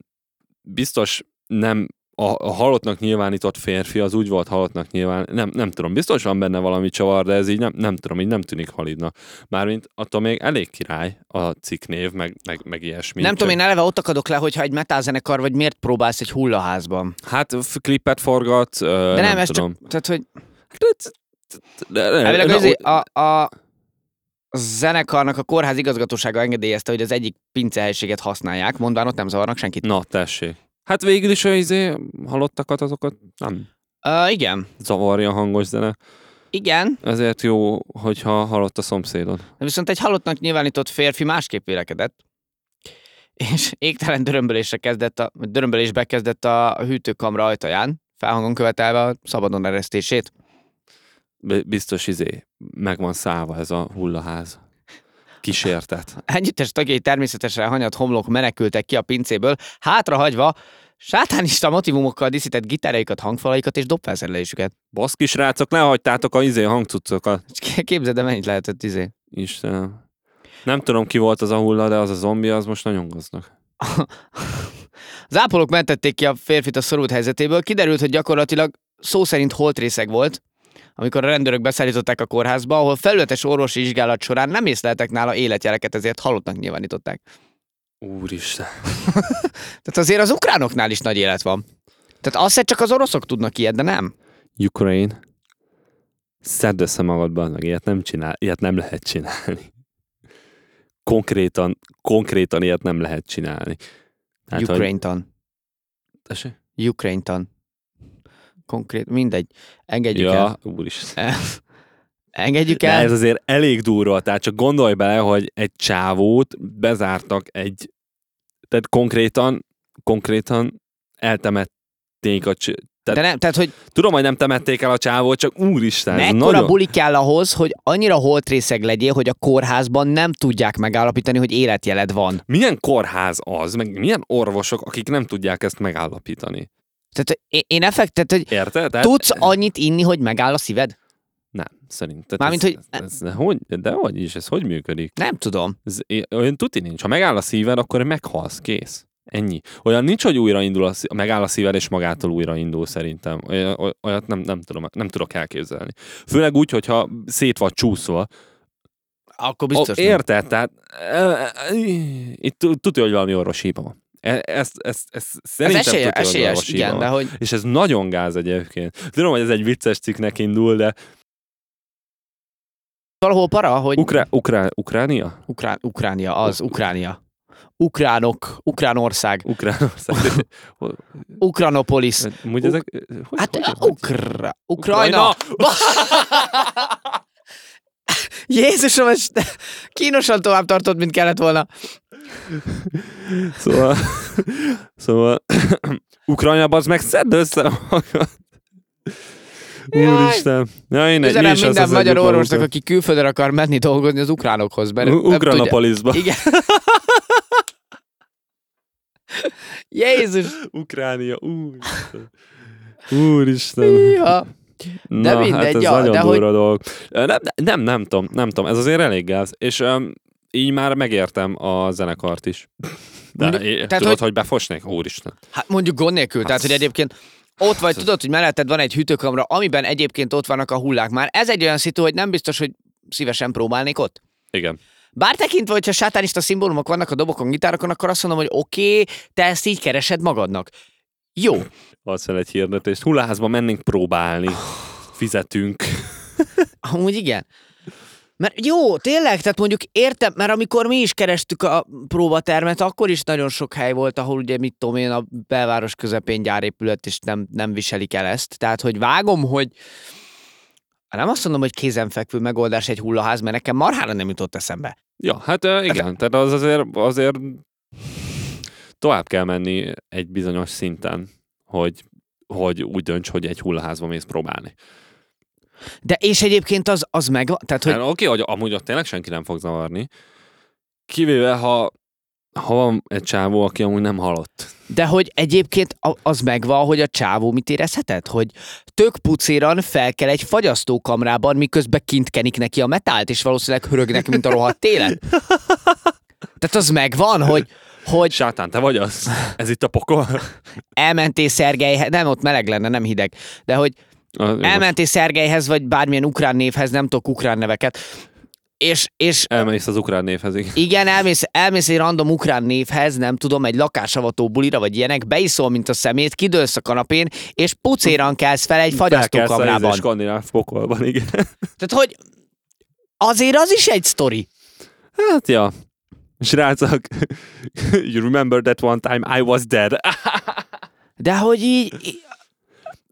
biztos nem a, a halottnak nyilvánított férfi az úgy volt halottnak nyilván, nem, nem tudom, biztos van benne valami csavar, de ez így nem, nem tudom, így nem tűnik halidnak. Mármint attól még elég király a cikknév, meg, meg, meg ilyesmi.
Nem tudom,
Csak-
én eleve ott akadok le, hogyha egy metálzenekar vagy miért próbálsz egy hullaházban.
Hát f- klipet forgat, ö,
De nem,
nem
ez
tudom.
csak, tehát, hogy
De, de,
elvileg
na,
az,
úgy-
a, a zenekarnak a kórház igazgatósága engedélyezte, hogy az egyik pincehelységet használják, mondván ott nem zavarnak senkit.
Na, tessék. Hát végül is az izé, halottakat azokat nem
Uh, igen,
zavarja a hangos zene.
igen,
Ezért jó, hogyha halott a szomszédod.
de viszont egy halottnak nyilvánított férfi másképp vélekedett, és égtelen dörömbölésre kezdett a, dörömbölésbe kezdett a hűtőkamra ajtaján, felhangon követelve a szabadon eresztését.
B- Biztos izé, meg van száva ez a hullaház. Kísértet.
Együttes tagjai természetesen hanyat homlok menekültek ki a pincéből, hátrahagyva sátánista motivumokkal díszített gitáraikat, hangfalaikat és dobfelszerelésüket.
Baszki srácok, ne hagytátok a izé hangcuccokat.
K- Képzeld el, mennyit lehetett izé.
Istenem. Nem tudom, ki volt az a hulla, de az a zombi, az most nagyon gazdag.
Az ápolók mentették ki a férfit a szorult helyzetéből, kiderült, hogy gyakorlatilag szó szerint holtrészeg volt, amikor a rendőrök beszállították a kórházba, ahol felületes orvosi vizsgálat során nem észleltek nála életjeleket, ezért halottnak nyilvánították.
Úristen.
Tehát azért az ukránoknál is nagy élet van. Tehát azt hiszed, csak az oroszok tudnak ilyet, de nem.
Ukraine. Szedd össze magadban, meg ilyet nem csinál, ilyet nem lehet csinálni. Konkrétan, konkrétan ilyet nem lehet csinálni.
Hát,
hogy-
Ukraintan.
Tessék?
Ukraintan. Konkrét, mindegy. Engedjük ja. el.
Ja, úristen.
Engedjük
De
el.
ez azért elég durva, tehát csak gondolj bele, hogy egy csávót bezártak egy, tehát konkrétan, konkrétan eltemették a cs-
De nem, tehát, hogy
Tudom, hogy nem temették el a csávót, csak úristen, ez
mekkora
nagyon...
buli kell ahhoz, hogy annyira holtrészeg legyél, hogy a kórházban nem tudják megállapítani, hogy életjeled van.
milyen kórház az, meg milyen orvosok, akik nem tudják ezt megállapítani.
Tehát hogy én- én effekt, tehát, hogy
Érted? Tehát-
tudsz annyit inni, hogy megáll a szíved?
Nem, szerintem.
Mármint,
ez,
hogy-
Ez, ez, ez, hogy, de hogy is, ez hogy működik?
Nem tudom.
Ez, é- olyan tuti nincs. Ha megáll a szíved, akkor meghalsz, kész. Ennyi. Olyan nincs, hogy újraindul a, szí- megáll a szíved, és magától újraindul szerintem. Olyan- oly- Olyat nem, nem, tudom, nem tudok elképzelni. Főleg úgy, hogyha szét vagy csúszva.
Akkor
Ó,
biztos nem.
érted? Tehát e, e, í- itt tu- tudja, hogy valami orvos hiba van. E- Ezt, ezt, ezt
Ez
szerintem
esélyes,
tudja, hogy
esélyes
orvos hiba
igen,
van.
de hogy
És ez nagyon gáz egyébként. Tudom, hogy ez egy vicces cikknek indul, de
valahol para, hogy
Ukrá- Ukrá- Ukránia?
Ukrán, Ukránia, az Ukránia. Ukránok, Ukránország,
Ukránország. Hol-
Ukranopolis.
Amúgy ezek... Hogy,
Hát
hogy
Ukra... Ukrajna. Jézusom, ez kínosan tovább tartott, mint kellett volna.
Szóval... Szóval... Ukrajna, az meg szedd össze magad.
Jaj.
Úristen. Ja, én, mi
Üzenem
is
minden
az az
magyar
egyik
orvosnak,
magunk-
aki külföldön akar menni dolgozni az ukránokhoz. Mert nem
U-
tudja-
Ukranopolisba.
Igen. Jézus,
Ukránia, úristen. Úristen.
ja.
Na,
mindegy,
hát ez
ja,
nagyon
de hogy-
durva dolog. Ö, Nem, nem, nem tudom, nem tudom, ez azért elég gáz. És öm, így már megértem a zenekart is. De
Mondjuk-
é,
tehát,
tudod, hogy...
hogy-
hogy befosnék? Úristen.
Hát mondjuk gond nélkül, tehát hogy egyébként ott vagy,
Hát-
tudod, hogy melletted van egy hűtőkamra, amiben egyébként ott vannak a hullák már. Ez egy olyan szitu, hogy nem biztos, hogy szívesen próbálnék ott.
Igen.
Bár tekintve, hogyha sátánista szimbólumok vannak a dobokon, gitárokon, akkor azt mondom, hogy oké, okay, te ezt így keresed magadnak. Jó.
adsz fel egy hirdetést.
Oh.
Hullaházba mennénk próbálni. Fizetünk.
Amúgy igen. Mert jó, tényleg, tehát mondjuk értem, mert amikor mi is kerestük a próbatermet, akkor is nagyon sok hely volt, ahol ugye mit tudom én, a belváros közepén gyárépület, és nem, nem viselik el ezt. Tehát, hogy vágom, hogy nem azt mondom, hogy kézenfekvő megoldás egy hullaház, mert nekem marhára nem jutott eszembe.
Ja, hát ö, igen, tehát az azért, azért tovább kell menni egy bizonyos szinten, hogy, hogy úgy dönts, hogy egy hullaházba mész próbálni.
De és egyébként az, az meg, tehát hogy
Hát, oké, hogy amúgy ott tényleg senki nem fog zavarni, kivéve ha, ha van egy csávó, aki amúgy nem halott.
De hogy egyébként a- az megvan, hogy a csávó mit érezhetett? Hogy tök pucéran fel kell egy fagyasztókamrában, miközben kint kenik neki a metált, és valószínűleg hörögnek, mint a rohadt télen. Tehát az megvan, hogy, hogy
Sátán, te vagy az? Ez itt a pokol?
elmentél Szergelyhez, nem, ott meleg lenne, nem hideg, de hogy
Ah, jó, most
elmentél Szergelyhez, vagy bármilyen ukrán névhez, nem tudok ukrán neveket, és, és
Elmész az ukrán névhez, igen.
igen, elmész, elmész egy random ukrán névhez, nem tudom, egy lakásavató bulira vagy ilyenek, beiszol, mint a szemét, kidőlsz a kanapén, és pucéran kelsz fel egy
Felkelsz a izé
fagyasztókamrában.
skandináv pokolban, igen.
Tehát, hogy azért az is egy sztori.
Hát ja. Srácok, you remember that one time I was dead.
De hogy így, í-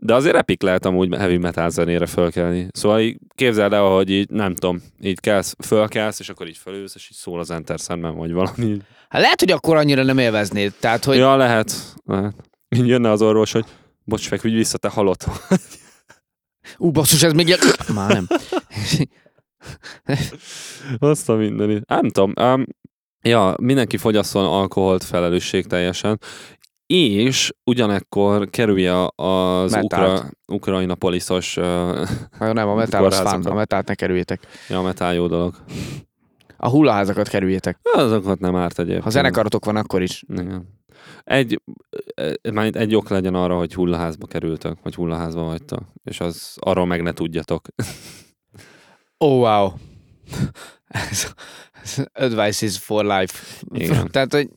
De azért epic lehet amúgy heavy metal zenére fölkelni. Szóval így képzeld el, hogy így nem tudom, így kelsz, fölkelsz, és akkor így fölülsz, és így szól az Enter Sandman, vagy valami.
hát lehet, hogy akkor annyira nem élveznéd. Tehát, hogy
Hogy...
ja.
Ja, lehet. lehet. Így jönne az orvos, hogy bocs, feküdj vissza, te halott vagy.
ú, basszus, ez még ilyen... Már nem.
Azt a mindenit. Nem tudom. Um, ja, mindenki fogyasszon alkoholt felelősség teljesen. És ugyanekkor kerülje az
Metált.
ukra, ukrajna poliszos uh,
Ha nem, a metál az fán,
Kórházakba.
a metált ne kerüljétek.
ja, metál jó dolog.
A hullaházakat kerüljétek.
Azokat nem árt egyébként.
Ha zenekarotok van, akkor is.
Igen. Egy, e- már itt egy ok legyen arra, hogy hullaházba kerültök, vagy hullaházba vagytok, és az arról meg ne tudjatok.
Oh, wow. Ez- ez Advice is for life.
Igen.
Tehát, hogy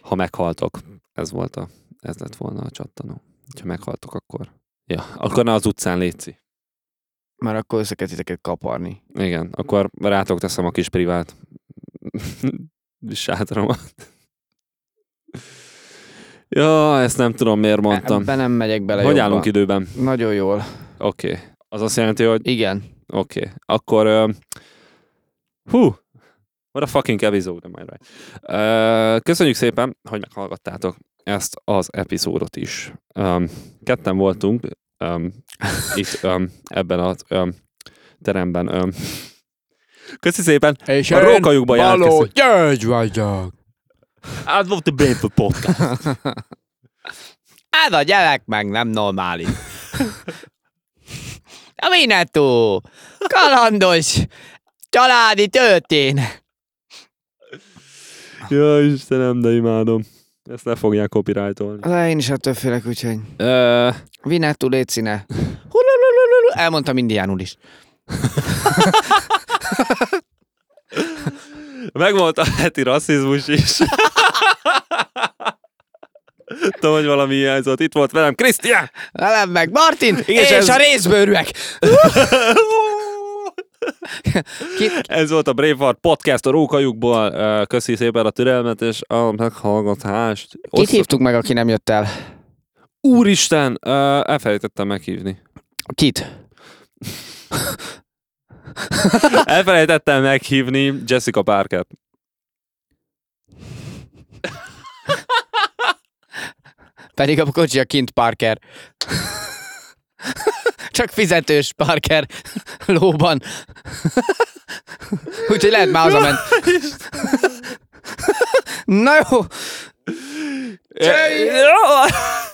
Ha meghaltok, ez volt a, ez lett volna a csattanó. Ha meghaltok, akkor. Ja, akkor ne az utcán létszi.
már akkor össze kell titeket kaparni.
Igen, akkor rátok teszem a kis privát sátramat. Ja, ezt nem tudom, miért mondtam.
Ebben nem megyek bele
Hogy
jobban.
állunk időben?
Nagyon jól.
Oké. Okay. Az azt jelenti, hogy
Igen.
Oké, okay. akkor... Uh, hú, what a fucking episode, am I right? Uh, köszönjük szépen, hogy meghallgattátok ezt az epizódot is. Um, ketten voltunk um, itt um, ebben a um, teremben. Um. Köszi szépen!
És
A rókajukba jelentkezünk.
gyergy vagyok.
Out of the Brave Podcast.
Ez a gyerek meg nem normális. A Minetó, kalandos, családi történ.
Ja, Istenem, de imádom. Ezt ne fogják copyrightolni.
De én is ettől félek, úgyhogy
Uh,
Vinettú létszíne. Hulululululu. Elmondtam indiánul is.
Megvolt a heti rasszizmus is. Tudom, hogy valami hiányzott. Itt volt velem Krisztián!
Velem meg Martin,
Igen,
és
és ez-
a részbőrűek.
Ez volt a Braveheart Podcast a rókajukból. Ö, Köszi szépen a türelmet és a meghallgatást.
Kit
Ossza-
hívtuk meg, aki nem jött el?
Úristen, ö, elfelejtettem meghívni.
Kit?
Elfelejtettem meghívni Jessica Parkert.
Pedig a kocsi a kint Parker. Csak fizetős Parker lóban. Úgyhogy lehet már hazament. Na jó,
Ö,